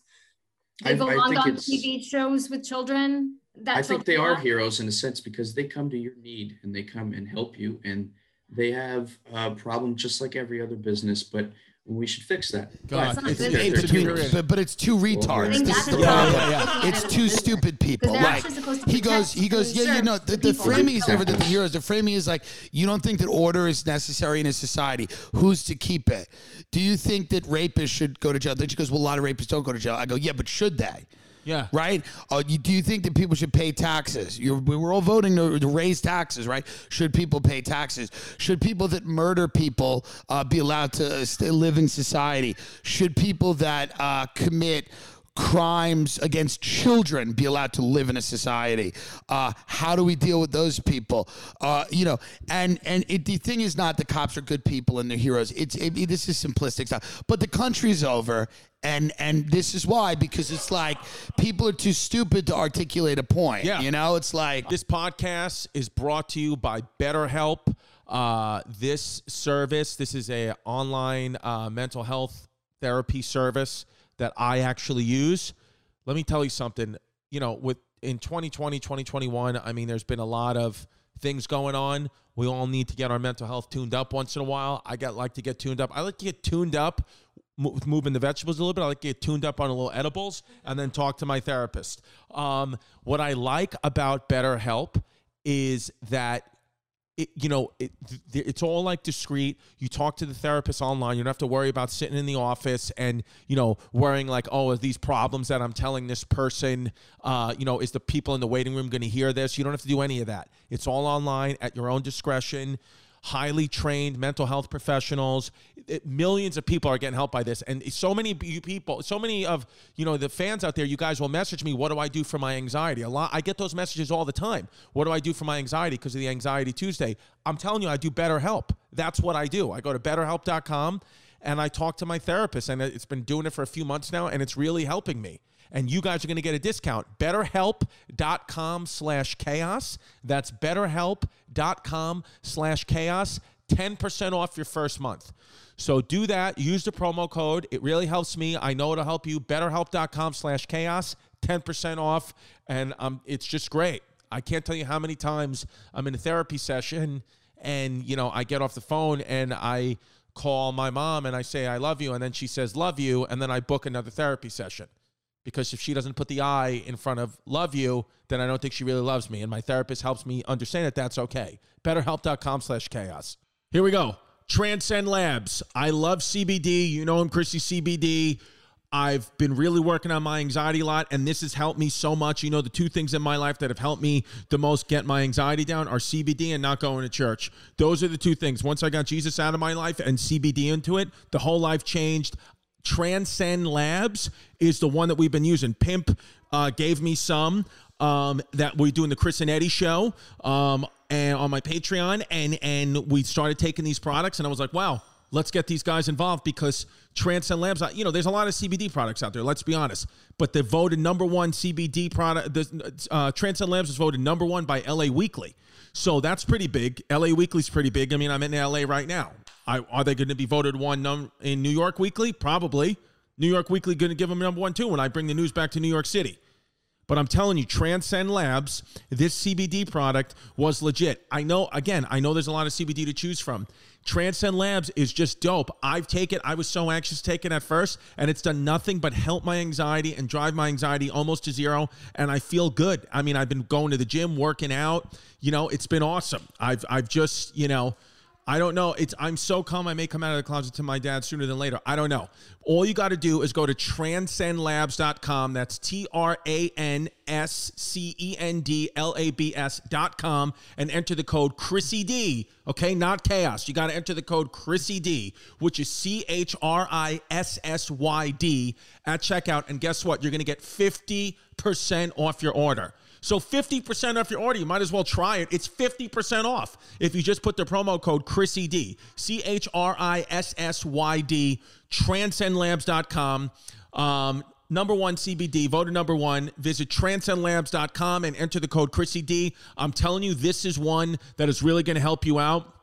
Speaker 7: I-
Speaker 5: They
Speaker 7: I
Speaker 5: belong
Speaker 7: think
Speaker 5: on
Speaker 7: it's-
Speaker 5: TV shows with children. That
Speaker 7: I think
Speaker 5: children
Speaker 7: they are
Speaker 5: watch.
Speaker 7: heroes in a sense because they come to your need and they come and help you and they have a problem just like every other business, but we should fix that.
Speaker 1: God,
Speaker 5: That's not
Speaker 1: it's,
Speaker 5: good.
Speaker 1: it's,
Speaker 7: It's
Speaker 1: it's
Speaker 7: between-
Speaker 1: infuriating.
Speaker 2: but, but it's two
Speaker 5: I
Speaker 2: retards.
Speaker 5: think
Speaker 2: This is
Speaker 5: that's
Speaker 2: the
Speaker 5: the problem.
Speaker 2: problem. It's two stupid people.
Speaker 5: they're
Speaker 2: Like
Speaker 5: actually supposed to
Speaker 2: he goes,
Speaker 5: protect
Speaker 2: he goes,
Speaker 5: and
Speaker 2: yeah, you
Speaker 5: serve
Speaker 2: know, the,
Speaker 5: the
Speaker 2: the
Speaker 5: people.
Speaker 2: framing is never that the
Speaker 7: Exactly.
Speaker 2: heroes. The framing is like you don't think that order is necessary in a society. Who's to keep it? Do you think that rapists should go to jail? Then she goes, well, a lot of rapists don't go to jail. I go, yeah, but should they?
Speaker 1: Yeah.
Speaker 2: Right? Uh, you, do you think that people should pay taxes? You're, we were all voting to, to raise taxes, right? Should people pay taxes? Should people that murder people uh, be allowed to uh, stay, live in society? Should people that uh, commit crimes against children be allowed to live in a society? Uh, how do we deal with those people? Uh, you know, and and it, the thing is not the cops are good people and they're heroes. It's it, it- this is simplistic stuff. But the country's over, and and this is why because it's like people are too stupid to articulate a point.
Speaker 1: Yeah.
Speaker 2: you know, it's like
Speaker 1: This podcast is brought to you by BetterHelp. Uh, this service, this is a online uh, mental health therapy service that I actually use. Let me tell you something. You know, with in 2020, 2021, I mean, there's been a lot of things going on. We all need to get our mental health tuned up once in a while. I got like to get tuned up. I like to get tuned up mo- with moving the vegetables a little bit. I like to get tuned up on a little edibles and then talk to my therapist. Um, what I like about BetterHelp is that it, you know, it, th- th- it's all like discreet. You talk to the therapist online. You don't have to worry about sitting in the office and, you know, worrying like, oh, are these problems that I'm telling this person, uh, you know, is the people in the waiting room going to hear this? You don't have to do any of that. It's all online at your own discretion. Highly trained mental health professionals. It- millions of people are getting helped by this, and so many of you people, so many of you know the fans out there. You guys will message me, "What do I do for my anxiety?" A lot. I get those messages all the time. What do I do for my anxiety because of the Anxiety Tuesday? I'm telling you, I do BetterHelp. That's what I do. I go to BetterHelp.com and I talk to my therapist, and it's been doing it for a few months now, and it's really helping me and you guys are going to get a discount betterhelp.com slash chaos that's betterhelp.com slash chaos 10% off your first month so do that use the promo code it really helps me i know it'll help you betterhelp.com slash chaos 10% off and um, it's just great i can't tell you how many times i'm in a therapy session and you know i get off the phone and i call my mom and i say i love you and then she says love you and then i book another therapy session because if she doesn't put the I in front of love you, then I don't think she really loves me. And my therapist helps me understand that that's okay. BetterHelp.com slash chaos. Here we go. Transcend Labs. I love CBD. You know him, Chrissy CBD. I've been really working on my anxiety a lot, and this has helped me so much. You know, the two things in my life that have helped me the most get my anxiety down are CBD and not going to church. Those are the two things. Once I got Jesus out of my life and CBD into it, the whole life changed. Transcend Labs is the one that we've been using. Pimp uh, gave me some um, that we do in the Chris and Eddie show um, and on my Patreon, and and we started taking these products, and I was like, wow. Let's get these guys involved because Transcend Labs, you know, there's a lot of CBD products out there. Let's be honest, but the voted number one CBD product, the uh, Transcend Labs was voted number one by LA Weekly, so that's pretty big. LA Weekly's pretty big. I mean, I'm in LA right now. I, are they going to be voted one num- in New York Weekly? Probably. New York Weekly going to give them number one too when I bring the news back to New York City. But I'm telling you, Transcend Labs, this CBD product was legit. I know, again, I know there's a lot of CBD to choose from. Transcend Labs is just dope. I've taken, I was so anxious taking at first, and it's done nothing but help my anxiety and drive my anxiety almost to zero. And I feel good. I mean, I've been going to the gym, working out. You know, it's been awesome. I've, I've just, you know, I don't know. It's I'm so calm. I may come out of the closet to my dad sooner than later. I don't know. All you got to do is go to transcendlabs.com. That's T R A N S C E N D L A B S dot com and enter the code Chrissy D. Okay, not chaos. You got to enter the code Chrissy D, which is C H R I S S Y D at checkout. And guess what? You're going to get 50% off your order. So 50% off your order. You might as well try it. It's 50% off if you just put the promo code Chrissy D, C H R I S S Y D, transcendlabs.com. Um, number one CBD, voted number one. Visit transcendlabs.com and enter the code Chrissy D. I'm telling you, this is one that is really going to help you out.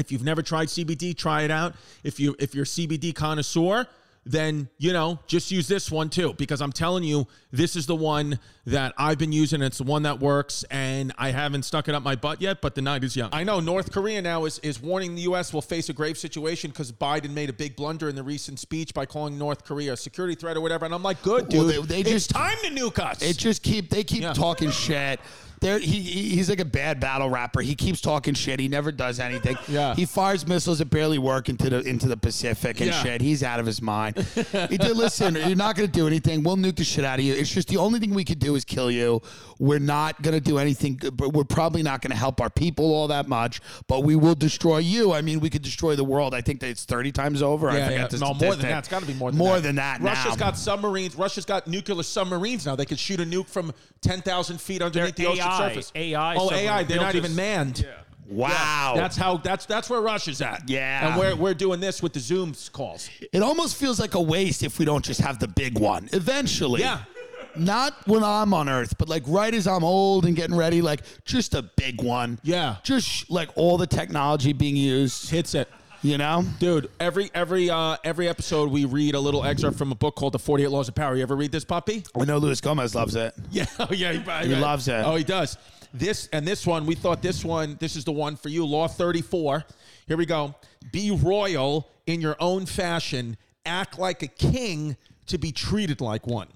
Speaker 1: If you've never tried CBD, try it out. If you if you're a CBD connoisseur, then you know just use this one too because I'm telling you this is the one that I've been using. It's the one that works, and I haven't stuck it up my butt yet. But the night is young. I know North Korea now is is warning the U.S. will face a grave situation because Biden made a big blunder in the recent speech by calling North Korea a security threat or whatever. And I'm like, good
Speaker 2: Well,
Speaker 1: dude,
Speaker 2: they- they
Speaker 1: it's
Speaker 2: just-
Speaker 1: time to nuke us.
Speaker 2: It just keep they keep
Speaker 1: Yeah.
Speaker 2: talking shit. There, he, he he's like a bad battle rapper. He keeps talking shit. He never does anything.
Speaker 1: Yeah.
Speaker 2: He fires missiles that barely work into the into the Pacific and
Speaker 1: Yeah.
Speaker 2: shit. He's out of his mind. he did listen. You're not gonna do anything. We'll nuke the shit out of you. It's just the only thing we could do is kill you. We're not gonna do anything. good, But we're probably not gonna help our people all that much. But we will destroy you. I mean, we could destroy the world. I think that it's 30 times over. I
Speaker 1: Yeah,
Speaker 2: forget
Speaker 1: yeah.
Speaker 2: the
Speaker 1: no, more than
Speaker 2: statistic.
Speaker 1: that. It's got to be more than
Speaker 2: more
Speaker 1: that.
Speaker 2: than that.
Speaker 1: Russia's
Speaker 2: now.
Speaker 1: got submarines. Russia's got nuclear submarines now. They could shoot a nuke from 10,000 feet underneath
Speaker 3: They're
Speaker 1: the
Speaker 3: AI,
Speaker 1: ocean surface.
Speaker 3: AI
Speaker 1: Oh,
Speaker 3: submarine.
Speaker 1: AI. They're
Speaker 3: They'll
Speaker 1: not
Speaker 3: just-
Speaker 1: even manned.
Speaker 2: wow.
Speaker 1: That's how. That's that's where Russia's at.
Speaker 2: Yeah.
Speaker 1: And we're we're doing this with the Zoom calls.
Speaker 2: It almost feels like a waste if we don't just have the big one eventually.
Speaker 1: Yeah.
Speaker 2: Not when I'm on Earth, but like right as I'm old and getting ready, like just a big one.
Speaker 1: Yeah.
Speaker 2: Just like all the technology being used,
Speaker 1: Hits it.
Speaker 2: you know?
Speaker 1: Dude, every every uh, every episode we read a little excerpt from a book called The 48 Laws of Power. You ever read this, puppy?
Speaker 2: I know Luis Gomez loves it. <laughs>
Speaker 1: Yeah, oh, yeah, he, probably-
Speaker 2: He loves that.
Speaker 1: Oh, he does. This and this one, we thought this one, this is the one for you. Law 34. Here we go. Be royal in your own fashion. Act like a king to be treated like one.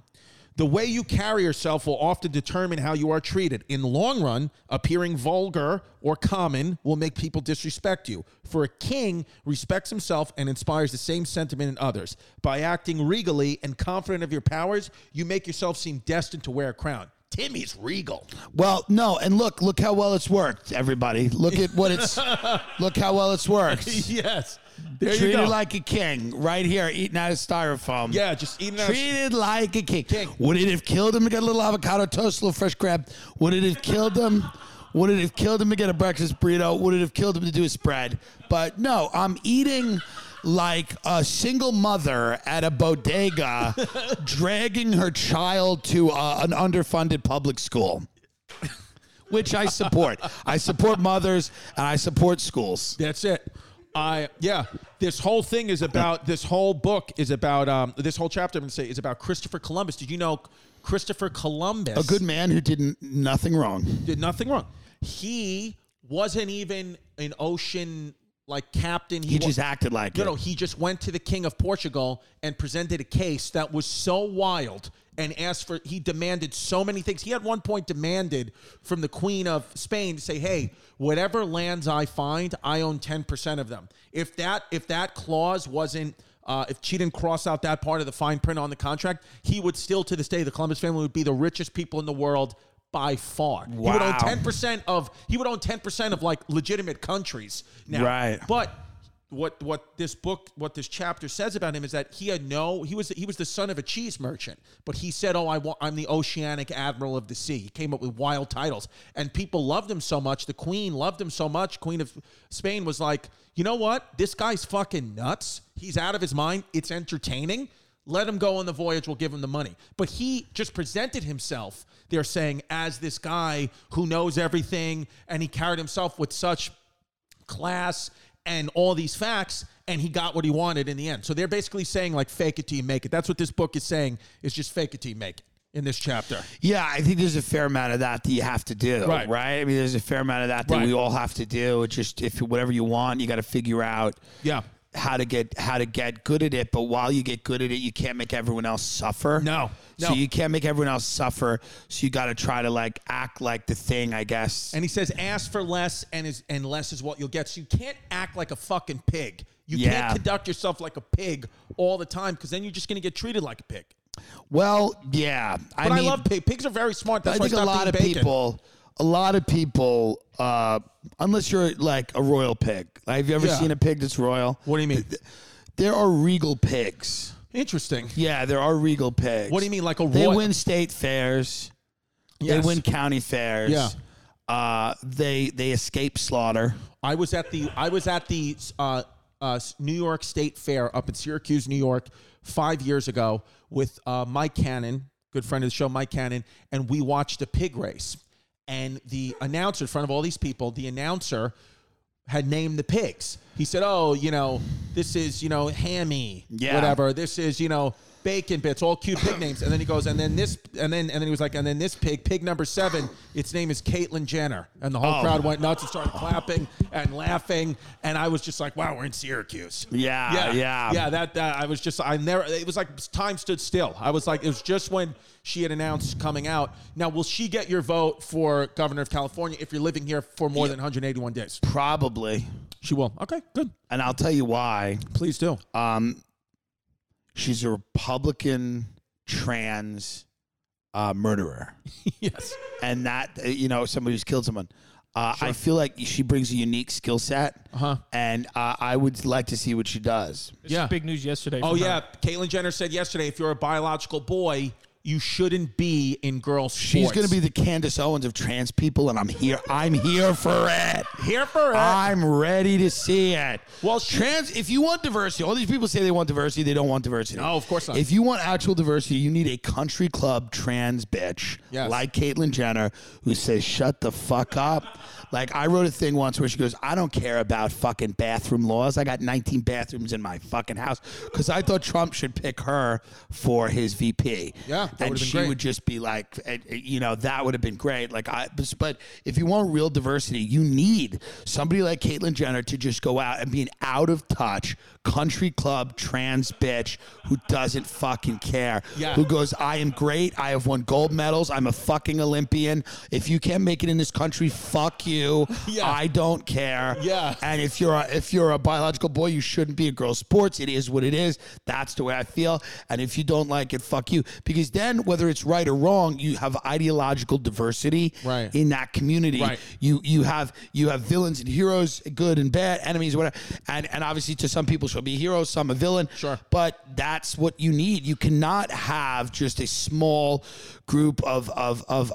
Speaker 1: The way you carry yourself will often determine how you are treated. In the long run, appearing vulgar or common will make people disrespect you. For a king respects himself and inspires the same sentiment in others. By acting regally and confident of your powers, you make yourself seem destined to wear a crown. Timmy's regal.
Speaker 2: Well, no, and look, look how well it's worked, everybody. Look at
Speaker 1: <laughs>
Speaker 2: what it's look how well it's worked.
Speaker 1: yes. There you
Speaker 2: Treated
Speaker 1: go.
Speaker 2: like a king, right here, eating out of styrofoam.
Speaker 1: yeah, just eating out of-
Speaker 2: treated like a king.
Speaker 1: King.
Speaker 2: Would it have killed him to get a little avocado toast, a little fresh crab? Would it have killed him? Would it have killed him to get a breakfast burrito? Would it have killed him to do a spread? But no, I'm eating like a single mother at
Speaker 1: <laughs>
Speaker 2: a bodega, dragging her child to uh, an underfunded public school. Which I support. I support mothers and I support schools.
Speaker 1: That's it. I yeah. This whole thing is about this whole book is about um this whole chapter I'm gonna say is about Christopher Columbus. Did you know Christopher Columbus
Speaker 2: A good man who did n- nothing wrong.
Speaker 1: did nothing wrong? He wasn't even an ocean like captain.
Speaker 2: He
Speaker 1: wa-
Speaker 2: just acted like
Speaker 1: No,
Speaker 2: it.
Speaker 1: no, he just went to the king of Portugal and presented a case that was so wild and asked for, he demanded so many things. He at one point demanded from the queen of Spain to say, hey, whatever lands I find, I own 10% of them. If that, if that clause wasn't, uh, if she didn't cross out that part of the fine print on the contract, he would still, to this day, the Columbus family would be the richest people in the world by far. He would own
Speaker 2: Wow.
Speaker 1: 10% of, he would own 10% of like legitimate countries now.
Speaker 2: Right.
Speaker 1: But what what this book, what this chapter says about him is that he had no he was he was the son of a cheese merchant, but he said, "Oh, I want I'm the oceanic admiral of the sea." He came up with wild titles, and people loved him so much. The queen loved him so much. Queen of Spain was like, "You know what? This guy's fucking nuts. He's out of his mind. It's entertaining." Let him go on the voyage. We'll give him the money. But he just presented himself, they're saying, as this guy who knows everything. And he carried himself with such class and all these facts and he got what he wanted in the end so they're basically saying like fake it till you make it that's what this book is saying is just fake it till you make it in this chapter
Speaker 2: Yeah, I think there's a fair amount of that that you have to do,
Speaker 1: Right.
Speaker 2: right? I mean, there's a fair amount of that that
Speaker 1: Right.
Speaker 2: we all have to do. It's just if whatever you want, you got to figure out
Speaker 1: yeah
Speaker 2: how to get how to get good at it. But while you get good at it, you can't make everyone else suffer.
Speaker 1: No, no.
Speaker 2: so you can't make everyone else suffer. So you got to try to like act like the thing, I guess.
Speaker 1: and he says ask for less and is and less is what you'll get so you can't act like a fucking pig you can't
Speaker 2: Yeah.
Speaker 1: conduct yourself like a pig all the time because then you're just going to get treated like a pig
Speaker 2: well, yeah,
Speaker 1: but i,
Speaker 2: mean,
Speaker 1: love pig. pigs are very smart that's
Speaker 2: I
Speaker 1: why
Speaker 2: think a
Speaker 1: stopped
Speaker 2: lot of
Speaker 1: eating bacon.
Speaker 2: people, a lot of people, uh, unless you're like a royal pig. Like, have you ever
Speaker 1: Yeah.
Speaker 2: seen a pig that's royal?
Speaker 1: what do you mean
Speaker 2: There are regal pigs.
Speaker 1: interesting
Speaker 2: Yeah, there are regal pigs.
Speaker 1: what do you mean like a
Speaker 2: They
Speaker 1: roy-
Speaker 2: win state fairs.
Speaker 1: Yes.
Speaker 2: They win county fairs.
Speaker 1: Yeah.
Speaker 2: Uh, they they escape slaughter.
Speaker 1: I was at the I was at the uh, uh, New York State Fair up in Syracuse, New York, five years ago with uh, Mike Cannon, good friend of the show, Mike Cannon, and we watched a pig race. And the announcer, in front of all these people, the announcer had named the pigs. He said, "Oh, you know, this is you know Hammy,
Speaker 2: Yeah.
Speaker 1: whatever. This is you know Bacon Bits, all cute pig names. And then he goes, and then this, and then and then he was like, and then this pig, pig number seven, its name is Caitlyn Jenner. And the whole
Speaker 2: Oh.
Speaker 1: crowd went nuts and started clapping and laughing. And I was just like, wow, we're in Syracuse.
Speaker 2: Yeah, yeah.
Speaker 1: yeah. That, that I was just I never. It was like time stood still. I was like, it was just when she had announced coming out. Now, will she get your vote for governor of California if you're living here for more than 181 days?
Speaker 2: Probably.
Speaker 1: She will. Okay, good.
Speaker 2: And I'll tell you why.
Speaker 1: Please do.
Speaker 2: Um, she's a Republican trans uh, murderer,
Speaker 1: <laughs> yes.
Speaker 2: and that uh, you know somebody who's killed someone. Uh, I feel like she brings a unique skill set,
Speaker 1: Uh-huh.
Speaker 2: and uh, I would like to see what she does.
Speaker 3: This
Speaker 1: Yeah.
Speaker 3: is big news yesterday.
Speaker 1: Oh
Speaker 3: from her.
Speaker 1: yeah, Caitlyn Jenner said yesterday, if you're a biological boy, you shouldn't be in girls'
Speaker 2: She's
Speaker 1: sports.
Speaker 2: going to be the Candace Owens of trans people, and I'm here. I'm here for it.
Speaker 1: here for it.
Speaker 2: I'm ready to see it.
Speaker 1: Well, she-
Speaker 2: trans. If you want diversity, all these people say they want diversity. They don't want diversity.
Speaker 1: No, of course not.
Speaker 2: If you want actual diversity, you need a country club trans bitch
Speaker 1: Yes.
Speaker 2: like Caitlyn Jenner who says, "Shut the fuck up." Like I wrote a thing once where she goes, "I don't care about fucking bathroom laws. I got 19 bathrooms in my fucking house because I thought Trump should pick her for his VP."
Speaker 1: Yeah, that
Speaker 2: and
Speaker 1: would've been
Speaker 2: she
Speaker 1: great.
Speaker 2: would just be like, eh, eh, you know, that would have been great. Like, I, but- but if you want real diversity, you need somebody like Caitlyn Jenner to just go out and be an out of touch country club trans bitch who doesn't fucking care.
Speaker 1: Yeah.
Speaker 2: Who goes, I am great. I have won gold medals. I'm a fucking Olympian. If you can't make it in this country, fuck you.
Speaker 1: <laughs> Yeah.
Speaker 2: I don't care.
Speaker 1: Yeah.
Speaker 2: And if you're a, if you're a biological boy, you shouldn't be in girls' sports. It is what it is. That's the way I feel. And if you don't like it, fuck you. Because then, whether it's right or wrong, you have ideological diversity
Speaker 1: Right.
Speaker 2: in that community.
Speaker 1: Right.
Speaker 2: You you have you have villains and heroes, good and bad, enemies, whatever. And and obviously, to some people, she'll be a hero, some a villain.
Speaker 1: Sure.
Speaker 2: But that's what you need. You cannot have just a small group of of of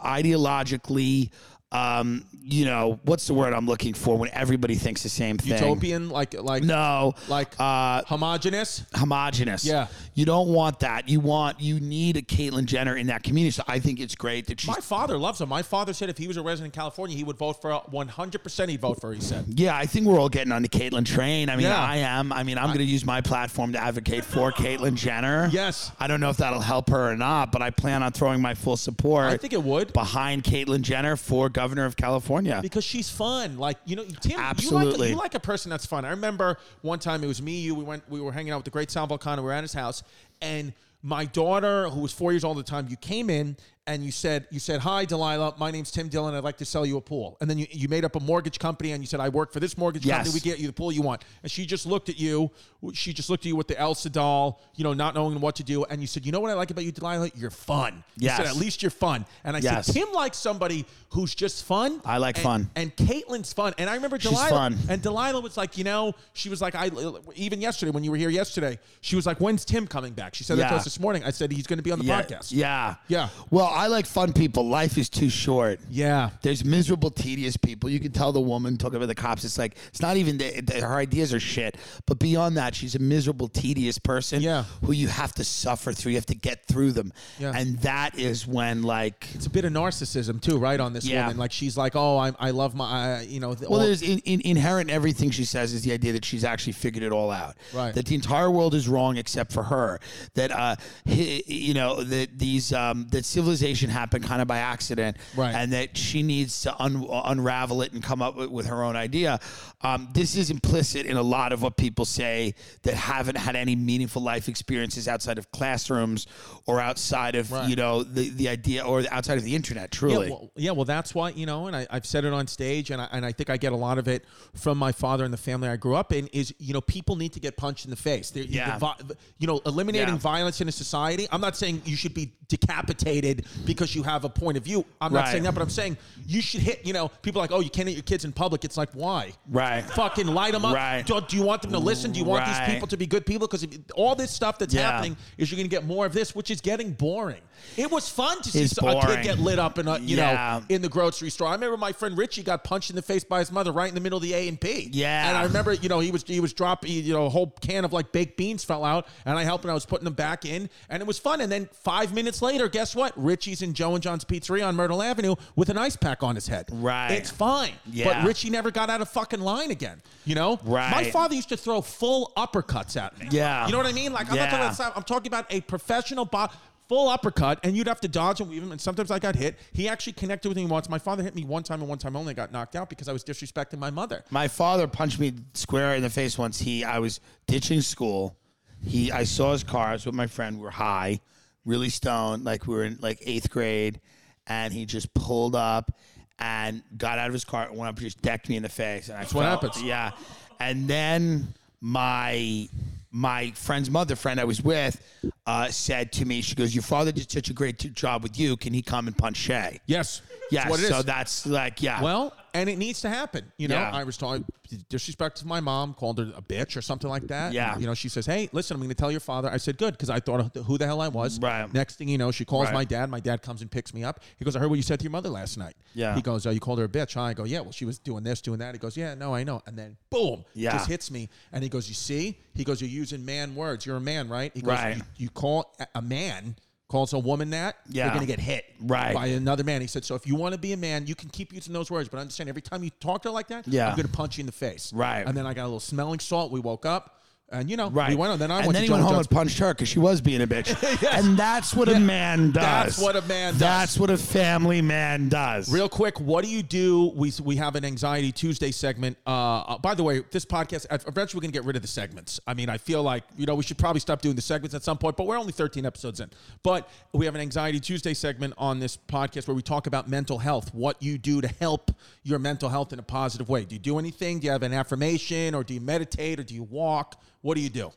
Speaker 2: ideologically. Um, you know what's the word I'm looking for when everybody thinks the same thing?
Speaker 1: utopian, like like
Speaker 2: No,
Speaker 1: like
Speaker 2: uh,
Speaker 1: homogenous.
Speaker 2: homogenous.
Speaker 1: Yeah.
Speaker 2: you don't want that. You want you need a Caitlyn Jenner in that community. So I think it's great that she's
Speaker 1: My father loves him. My father said if he was a resident in California, he would vote for her. 100%. He'd vote for her, he said.
Speaker 2: Yeah, I think we're all getting on the Caitlyn train. I mean,
Speaker 1: Yeah.
Speaker 2: I am. I mean, I'm going to use my platform to advocate for Caitlyn Jenner.
Speaker 1: Yes.
Speaker 2: I don't know if that'll help her or not, but I plan on throwing my full support.
Speaker 1: I think it would.
Speaker 2: behind Caitlyn Jenner for governor of California.
Speaker 1: because she's fun. Like you know, Tim, You
Speaker 2: Absolutely.
Speaker 1: like, you like a person that's fun. I remember one time it was me, you. We went, we were hanging out with the great Sal Volcano. We were at his house, and my daughter, who was four years old at the time, you came in and you said, you said, "Hi, Delilah. My name's Tim Dillon. I'd like to sell you a pool." And then you, you made up a mortgage company and you said, "I work for this mortgage
Speaker 2: Yes.
Speaker 1: company. We get you the pool you want." And she just looked at you. She just looked at you with the Elsa doll, you know, not knowing what to do. And you said, "You know what I like about you, Delilah? You're fun." You said,
Speaker 2: Yes.
Speaker 1: "At least you're fun." And I
Speaker 2: Yes.
Speaker 1: said, "Tim likes somebody who's just fun."
Speaker 2: I like
Speaker 1: and-
Speaker 2: fun.
Speaker 1: And Caitlyn's fun. And I remember
Speaker 2: She's
Speaker 1: Delilah.
Speaker 2: fun.
Speaker 1: And Delilah was like, you know, she was like, I even yesterday when you were here yesterday, she was like, when's Tim coming back? She said that to
Speaker 2: Yeah.
Speaker 1: us this morning. I said he's going to be on the
Speaker 2: yeah,
Speaker 1: podcast.
Speaker 2: yeah.
Speaker 1: Yeah.
Speaker 2: Well, I like fun people. Life is too short.
Speaker 1: Yeah.
Speaker 2: There's miserable, tedious people. You can tell the woman talking about the cops. It's like it's not even the, the- her ideas are shit. But beyond that, she's a miserable, tedious person.
Speaker 1: Yeah.
Speaker 2: who you have to suffer through. You have to get through them.
Speaker 1: Yeah.
Speaker 2: and that is when like.
Speaker 1: It's a bit of narcissism too, right? On this
Speaker 2: Yeah.
Speaker 1: woman, like she's like, oh, I, I love my, I, you know, the,
Speaker 2: Well,
Speaker 1: all-
Speaker 2: there's in, in, inherent in everything she says is the idea that she's actually figured it all out.
Speaker 1: Right.
Speaker 2: That the entire world is wrong except for her. That uh, he, you know, that these um, that civilization happened kind of by accident.
Speaker 1: Right.
Speaker 2: And that she needs to un- unravel it and come up with, with her own idea. Um, this is implicit in a lot of what people say that haven't had any meaningful life experiences outside of classrooms or outside of
Speaker 1: Right.
Speaker 2: you know the the idea or outside of the internet.
Speaker 1: Yeah
Speaker 2: Truly.
Speaker 1: well, yeah, well, that's why you know, and I, I've said it on stage, and I, and I think I get a lot of it from my father and the family I grew up in. Is you know, people need to get punched in the face. They're,
Speaker 2: Yeah.
Speaker 1: the vi- you know, eliminating
Speaker 2: Yeah.
Speaker 1: violence in a society. I'm not saying you should be decapitated because you have a point of view. I'm not
Speaker 2: Right.
Speaker 1: saying that, but I'm saying you should hit. You know, people are like, oh, you can't hit your kids in public. It's like why?
Speaker 2: Right.
Speaker 1: Fucking light them up.
Speaker 2: Right.
Speaker 1: Do, do you want them to listen? Do you want
Speaker 2: Right.
Speaker 1: these people to be good people? Because all this stuff that's
Speaker 2: Yeah.
Speaker 1: happening is you're going to get more of this, which is getting boring. It was fun to see
Speaker 2: It's
Speaker 1: so- a kid
Speaker 2: boring.
Speaker 1: get lit up and uh, you
Speaker 2: Yeah.
Speaker 1: know in the grocery store. I remember my friend Richie got punched in the face by his mother right in the middle of the A and P.
Speaker 2: Yeah.
Speaker 1: and I remember you know he was he was dropping you know a whole can of like baked beans fell out, and I helped and I was putting them back in, and it was fun. And then five minutes later, guess what? Richie Richie's in Joe and John's Pizzeria on Myrtle Avenue with an ice pack on his head.
Speaker 2: Right.
Speaker 1: It's fine.
Speaker 2: Yeah.
Speaker 1: But Richie never got out of fucking line again. You know?
Speaker 2: Right.
Speaker 1: My father used to throw full uppercuts at me.
Speaker 2: Yeah.
Speaker 1: You know what I mean? Like, I'm not talking
Speaker 2: Yeah.
Speaker 1: about, some- I'm talking about a professional bo- full uppercut, and you'd have to dodge and weave him. And sometimes I got hit. He actually connected with me once. My father hit me one time and one time only. I got knocked out because I was disrespecting my mother.
Speaker 2: My father punched me square in the face once. He, I was ditching school. He, I saw his car. I was with my friend. We were high, really stoned, like we were in like eighth grade, and he just pulled up and got out of his car and went up and just decked me in the face. And I That's
Speaker 1: what happens.
Speaker 2: Yeah, and then my my friend's mother, friend I was with, uh, said to me, she goes, "Your father did such a great job with you. Can he come and punch Shay?"
Speaker 1: Yes.
Speaker 2: Yeah,
Speaker 1: That's what it is.
Speaker 2: so that's like, yeah.
Speaker 1: Well, and it needs to happen. You know,
Speaker 2: Yeah.
Speaker 1: I was talking disrespect to my mom, called her a bitch or something like that.
Speaker 2: Yeah.
Speaker 1: And, you know, she says, "Hey, listen, I'm going to tell your father." I said, "Good," because I thought of who the hell I was.
Speaker 2: Right.
Speaker 1: Next thing you know, she calls
Speaker 2: Right.
Speaker 1: my dad. My dad comes and picks me up. He goes, "I heard what you said to your mother last night."
Speaker 2: Yeah.
Speaker 1: He goes, "Oh, you called her a bitch?" Huh? I go, "Yeah." Well, she was doing this, doing that. He goes, "Yeah, no, I know." And then boom,
Speaker 2: Yeah.
Speaker 1: just hits me. And he goes, "You see?" He goes, "You're using man words. You're a man, right?" He goes,
Speaker 2: Right.
Speaker 1: You, you call a- a man calls a woman that?
Speaker 2: Yeah.
Speaker 1: You're going to get hit
Speaker 2: Right.
Speaker 1: by another man. He said, so if you want to be a man, you can keep using those words, but understand every time you talk to her like that,
Speaker 2: Yeah.
Speaker 1: I'm going to punch you in the face.
Speaker 2: Right.
Speaker 1: And then I got a little smelling salt. We woke up, and you know,
Speaker 2: Right.
Speaker 1: we went on. Then I
Speaker 2: and
Speaker 1: went
Speaker 2: then
Speaker 1: to
Speaker 2: he went
Speaker 1: Joe
Speaker 2: home
Speaker 1: John's-
Speaker 2: and punched her because she was being
Speaker 1: <laughs>
Speaker 2: a bitch. And that's what a man does.
Speaker 1: That's what a man does.
Speaker 2: That's what a family man does.
Speaker 1: Real quick, what do you do? We we have an anxiety Tuesday segment. Uh, uh, by the way, this podcast ev- eventually we're gonna get rid of the segments. I mean, I feel like you know we should probably stop doing the segments at some point, but we're only 13 episodes in. But we have an anxiety Tuesday segment on this podcast where we talk about mental health, what you do to help your mental health in a positive way. Do you do anything? Do you have an affirmation, or do you meditate, or do you walk? What do you do?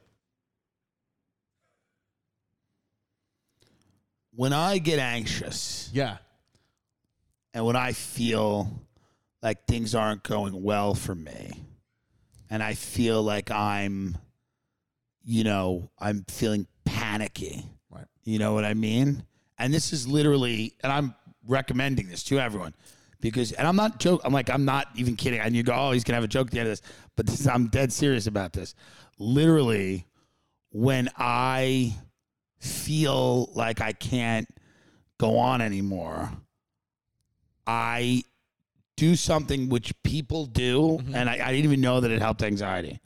Speaker 2: When I get anxious
Speaker 1: Yeah,
Speaker 2: and when I feel like things aren't going well for me, and I feel like I'm, you know, I'm feeling panicky.
Speaker 1: Right.
Speaker 2: You know what I mean? And this is literally, and I'm recommending this to everyone because, and I'm not joking. I'm like, I'm not even kidding. And you go, oh, he's gonna have a joke at the end of this, but this, I'm dead serious about this. Literally, when I feel like I can't go on anymore, I do something which people do,
Speaker 1: Mm-hmm.
Speaker 2: and I, I didn't even know that it helped anxiety.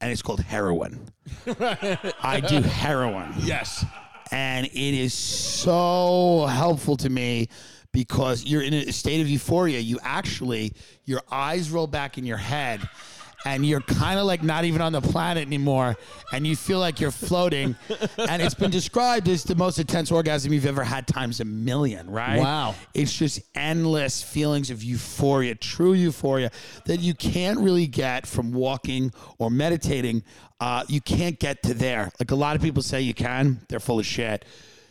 Speaker 2: And it's
Speaker 1: <laughs>
Speaker 2: called heroin. I do heroin.
Speaker 1: yes,
Speaker 2: And it is so helpful to me because you're in a state of euphoria. You actually, your eyes roll back in your head and you're kind of like not even on the planet anymore. And you feel like
Speaker 1: <laughs>
Speaker 2: you're floating. and it's been described as the most intense orgasm you've ever had times a million, right?
Speaker 1: Wow.
Speaker 2: It's just endless feelings of euphoria, true euphoria that you can't really get from walking or meditating. Uh, you can't get to there. Like a lot of people say you can, they're full of shit.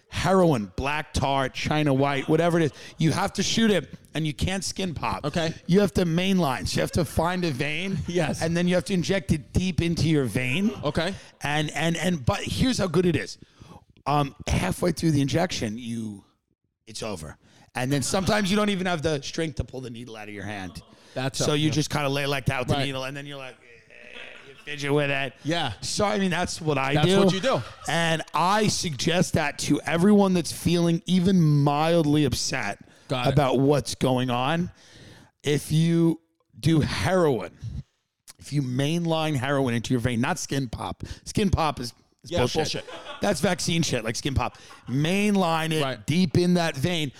Speaker 2: Heroin, black tar, China white, whatever it is, you have to shoot it and you can't skin pop.
Speaker 1: Okay.
Speaker 2: You have to main lines. You have to find a vein.
Speaker 1: <laughs> Yes.
Speaker 2: And then you have to inject it deep into your vein.
Speaker 1: Okay.
Speaker 2: And and and but here's how good it is. Um, halfway through the injection, you it's over. And then sometimes you don't even have the strength to pull the needle out of your hand.
Speaker 1: That's
Speaker 2: so
Speaker 1: a-
Speaker 2: you
Speaker 1: yeah.
Speaker 2: just kind of lay like that with
Speaker 1: Right.
Speaker 2: the needle, and then you're like, eh, you fidget with it.
Speaker 1: Yeah.
Speaker 2: So I mean, that's what I
Speaker 1: That's
Speaker 2: do.
Speaker 1: what you do.
Speaker 2: And I suggest that to everyone that's feeling even mildly upset
Speaker 1: Got it.
Speaker 2: about what's going on. If you do heroin, if you mainline heroin into your vein, not skin pop. Skin pop is, is
Speaker 1: Yeah,
Speaker 2: bullshit.
Speaker 1: bullshit.
Speaker 2: That's vaccine shit, like skin pop. Mainline it
Speaker 1: Right.
Speaker 2: deep in that vein.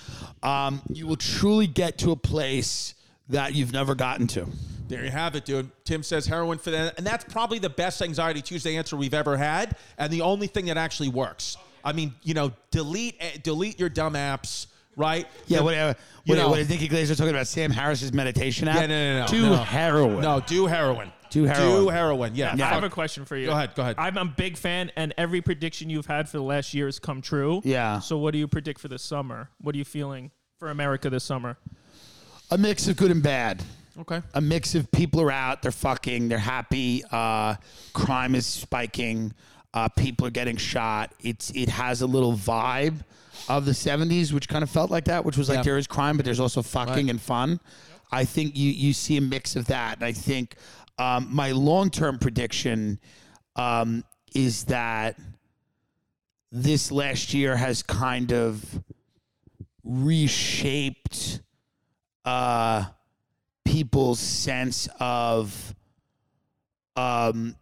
Speaker 2: Um, you will truly get to a place that you've never gotten to.
Speaker 1: There you have it, dude. Tim says heroin for that. And that's probably the best Anxiety Tuesday answer we've ever had. And the only thing that actually works. I mean, you know, delete eh, delete your dumb apps, right?
Speaker 2: Yeah,
Speaker 1: The-
Speaker 2: whatever.
Speaker 1: you
Speaker 2: What,
Speaker 1: know-
Speaker 2: what did Nikki Glazer talking about? Sam Harris's meditation app?
Speaker 1: Yeah, no, no, no.
Speaker 2: To
Speaker 1: no.
Speaker 2: heroin.
Speaker 1: No, do heroin.
Speaker 2: Do heroin.
Speaker 1: Do heroin, yeah.
Speaker 3: I have a
Speaker 1: Fuck.
Speaker 3: question for you.
Speaker 1: Go ahead, go ahead.
Speaker 3: I'm a big fan, and every prediction you've had for the last year has come true.
Speaker 2: Yeah.
Speaker 3: So, what do you predict for the summer? What are you feeling for America this summer?
Speaker 2: A mix of good and bad.
Speaker 1: Okay.
Speaker 2: A mix of people are out, they're fucking, they're happy. Uh, crime is spiking. Uh, people are getting shot. It's it has a little vibe of the '70s, which kind of felt like that, which was like
Speaker 1: Yeah.
Speaker 2: there is crime, but there's also fucking
Speaker 1: Right.
Speaker 2: and fun. I think you you see a mix of that, and I think um, my long term prediction um, is that this last year has kind of reshaped uh, people's sense of um,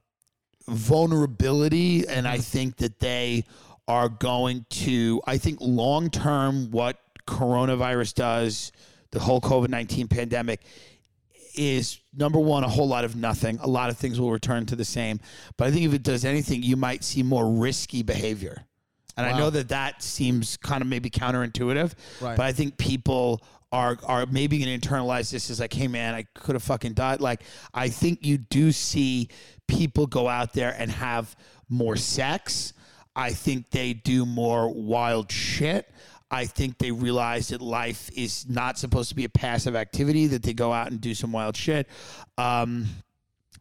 Speaker 2: vulnerability. And I think that they are going to, I think long term, what coronavirus does, the whole COVID 19 pandemic, is number one, a whole lot of nothing. A lot of things will return to the same. But I think if it does anything, you might see more risky behavior. And I know that that seems kind of maybe counterintuitive,
Speaker 1: Right.
Speaker 2: but I think people are are maybe going to internalize this as like, hey man, I could have fucking died. Like I think you do see people go out there and have more sex. I think they do more wild shit. I think they realize that life is not supposed to be a passive activity. That they go out and do some wild shit. Um,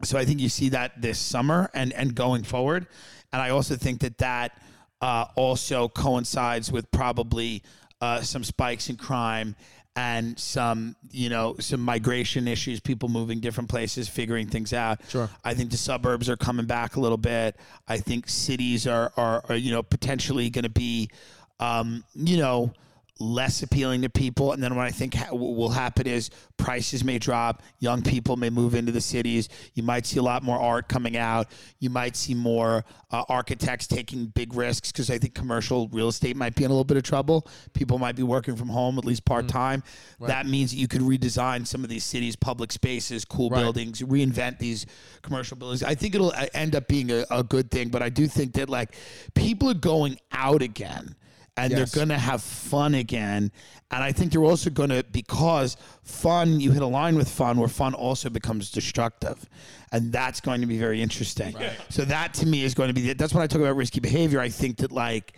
Speaker 2: so I think you see that this summer and and going forward, and I also think that that uh, also coincides with probably uh, some spikes in crime and some you know some migration issues, people moving different places, figuring things out.
Speaker 1: Sure.
Speaker 2: I think the suburbs are coming back a little bit. I think cities are are, are you know potentially going to be um, you know less appealing to people. And then what I think ha- w- will happen is prices may drop. Young people may move into the cities. You might see a lot more art coming out. You might see more uh, architects taking big risks because I think commercial real estate might be in a little bit of trouble. People might be working from home at least part time. That means that you could redesign some of these cities' public spaces, cool
Speaker 1: Right.
Speaker 2: buildings, reinvent these commercial buildings. I think it'll uh, end up being a, a good thing, but I do think that like people are going out again and
Speaker 1: Yes.
Speaker 2: they're going to have fun again. And I think they're also going to, because fun, you hit a line with fun where fun also becomes destructive. And that's going to be very interesting. So, that to me is going to be that's when I talk about risky behavior. I think that, like,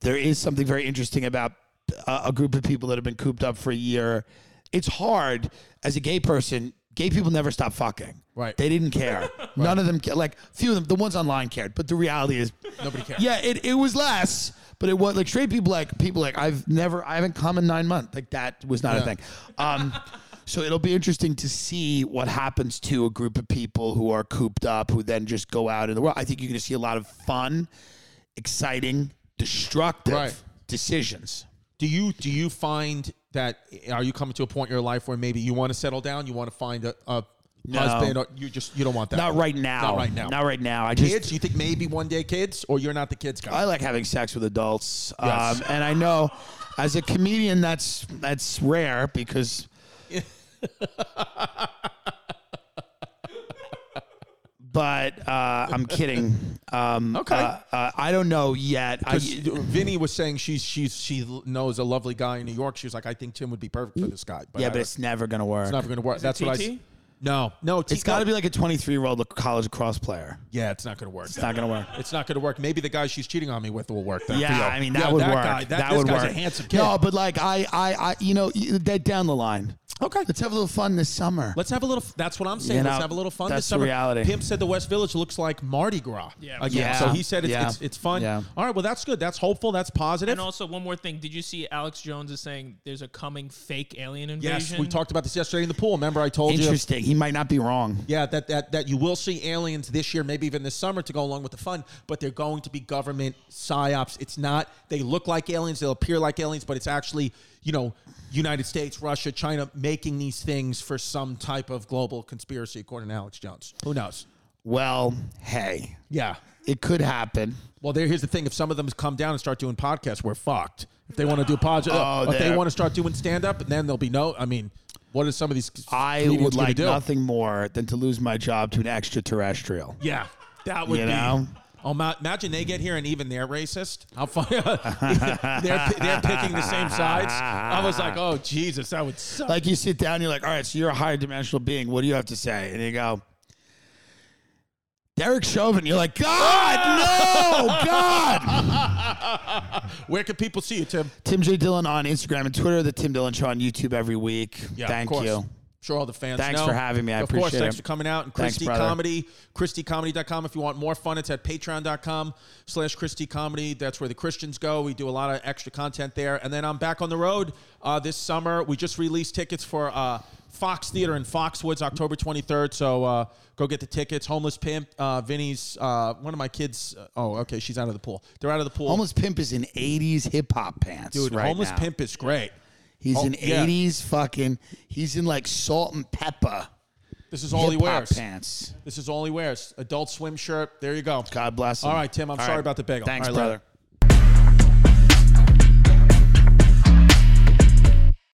Speaker 2: there is something very interesting about a, a group of people that have been cooped up for a year. It's hard as a gay person. Gay people never stop fucking.
Speaker 1: <laughs> Right.
Speaker 2: They didn't care. None of them ca- like few of them. The ones online cared, but the reality is
Speaker 1: Nobody cares.
Speaker 2: yeah, it, it was less, but it was like straight people like people like I've never I haven't come in nine months. Like that was not a
Speaker 1: Yeah.
Speaker 2: thing. Um so it'll be interesting to see what happens to a group of people who are cooped up who then just go out in the world. I think you're gonna see a lot of fun, exciting, destructive
Speaker 1: Right.
Speaker 2: decisions.
Speaker 1: Do you do you find that eh, are you coming to a point in your life where maybe you want to settle down, you want to find a, a
Speaker 2: No.
Speaker 1: husband, or you just you don't want that?
Speaker 2: Not right now.
Speaker 1: Not right now.
Speaker 2: Not right now. I just
Speaker 1: Kids? You think maybe one day kids, or you're not the kids guy?
Speaker 2: I like having sex with adults.
Speaker 1: Yes.
Speaker 2: Um, and I know as a comedian that's that's rare
Speaker 1: <laughs>
Speaker 2: because But uh, I'm kidding. Um,
Speaker 1: Okay.
Speaker 2: uh, uh, I don't know yet. I,
Speaker 1: 'Cause Vinny was saying she's she's she knows a lovely guy in New York. She was like, I think Tim would be perfect for this guy. But
Speaker 2: yeah,
Speaker 1: I-
Speaker 2: but it's never gonna work.
Speaker 1: it's never going to work.
Speaker 3: Is it
Speaker 1: That's what I. s-
Speaker 3: TT?
Speaker 1: No, no,
Speaker 2: it's got to be like a 23 year old college cross player.
Speaker 1: Yeah, it's not going to work.
Speaker 2: It's not
Speaker 1: <laughs>
Speaker 2: gonna work.
Speaker 1: It's not going to work. Maybe the guy she's cheating on me with will work. Then for you.
Speaker 2: Yeah, I mean that
Speaker 1: Yeah,
Speaker 2: would
Speaker 1: that
Speaker 2: work.
Speaker 1: Guy, that
Speaker 2: that
Speaker 1: this
Speaker 2: would
Speaker 1: guy's
Speaker 2: work.
Speaker 1: a handsome kid.
Speaker 2: No, but like I, I, I, you know, you- that down the line.
Speaker 1: okay.
Speaker 2: Let's have a little fun this summer.
Speaker 1: Let's have a little. That's what I'm saying.
Speaker 2: You
Speaker 1: Let's
Speaker 2: know,
Speaker 1: have a little fun
Speaker 2: that's
Speaker 1: this
Speaker 2: the
Speaker 1: summer.
Speaker 2: reality.
Speaker 1: Pimp said the West Village looks like Mardi Gras.
Speaker 3: Yeah.
Speaker 1: Again.
Speaker 2: Yeah.
Speaker 1: So he said it's,
Speaker 2: Yeah.
Speaker 1: it's, it's fun.
Speaker 2: Yeah.
Speaker 1: All right. Well, that's good. That's hopeful. That's positive.
Speaker 3: And also, one more thing. Did you see Alex Jones is saying there's a coming fake alien invasion?
Speaker 1: yes, we talked about this yesterday in the pool. Remember, I told you.
Speaker 2: Interesting. He might not be wrong.
Speaker 1: Yeah, that, that that you will see aliens this year, maybe even this summer, to go along with the fun. But they're going to be government psyops. It's not they look like aliens, they'll appear like aliens, but it's actually you know United States, Russia, China making these things for some type of global conspiracy, according to Alex Jones. Who knows?
Speaker 2: Well, hey,
Speaker 1: Yeah.
Speaker 2: it could happen.
Speaker 1: Well, there. Here's the thing: if some of them come down and start doing podcasts, we're fucked. If they want to do pod,
Speaker 2: Oh,
Speaker 1: if they
Speaker 2: they're-
Speaker 1: want to start doing stand up, then there'll be no. I mean, what are some of these?
Speaker 2: I
Speaker 1: comedians
Speaker 2: would
Speaker 1: gonna
Speaker 2: like
Speaker 1: do?
Speaker 2: nothing more than to lose my job to an extraterrestrial.
Speaker 1: Yeah, that would
Speaker 2: You
Speaker 1: be.
Speaker 2: know?
Speaker 1: Oh, ma- imagine they get here and even they're racist. How <laughs> funny! they're, they're picking the same sides. I was like, oh Jesus, that would suck.
Speaker 2: <laughs> Like you sit down, you're like, all right, so you're a higher dimensional being. What do you have to say? And you go, Derek Chauvin. You're like, God,
Speaker 1: Ah!" <laughs>
Speaker 2: no, God.
Speaker 1: Where can people see you, Tim?
Speaker 2: Tim J. Dillon on Instagram and Twitter, the Tim Dillon Show on YouTube every week.
Speaker 1: Yeah, of
Speaker 2: Thank
Speaker 1: course.
Speaker 2: you.
Speaker 1: Sure, all the fans.
Speaker 2: Thanks
Speaker 1: know.
Speaker 2: for having me. I
Speaker 1: of course,
Speaker 2: appreciate
Speaker 1: thanks
Speaker 2: it.
Speaker 1: for coming out. And
Speaker 2: Thanks,
Speaker 1: Christy
Speaker 2: brother.
Speaker 1: Comedy, ChristyComedy.com. If you want more fun, it's at patreon.com slash Christy Comedy. That's where the Christians go. We do a lot of extra content there. And then I'm back on the road uh, this summer. We just released tickets for uh, Fox Theater in Foxwoods, October 23rd. So uh, go get the tickets. Homeless Pimp, uh, Vinny's, uh, one of my kids. oh, okay. She's out of the pool. They're out of the pool.
Speaker 2: Homeless Pimp is in 80s hip hop pants.
Speaker 1: Dude,
Speaker 2: right
Speaker 1: Homeless
Speaker 2: now.
Speaker 1: Pimp is great.
Speaker 2: He's
Speaker 1: Oh,
Speaker 2: in
Speaker 1: yeah.
Speaker 2: 80s fucking. He's in like salt and pepper.
Speaker 1: This is all he
Speaker 2: hip-hop
Speaker 1: wears.
Speaker 2: pants.
Speaker 1: This is all he wears. Adult swim shirt. There you go.
Speaker 2: God bless him.
Speaker 1: All right, Tim. I'm
Speaker 2: All
Speaker 1: sorry
Speaker 2: right.
Speaker 1: about the bagel.
Speaker 2: Thanks,
Speaker 1: All right,
Speaker 2: brother.
Speaker 1: later.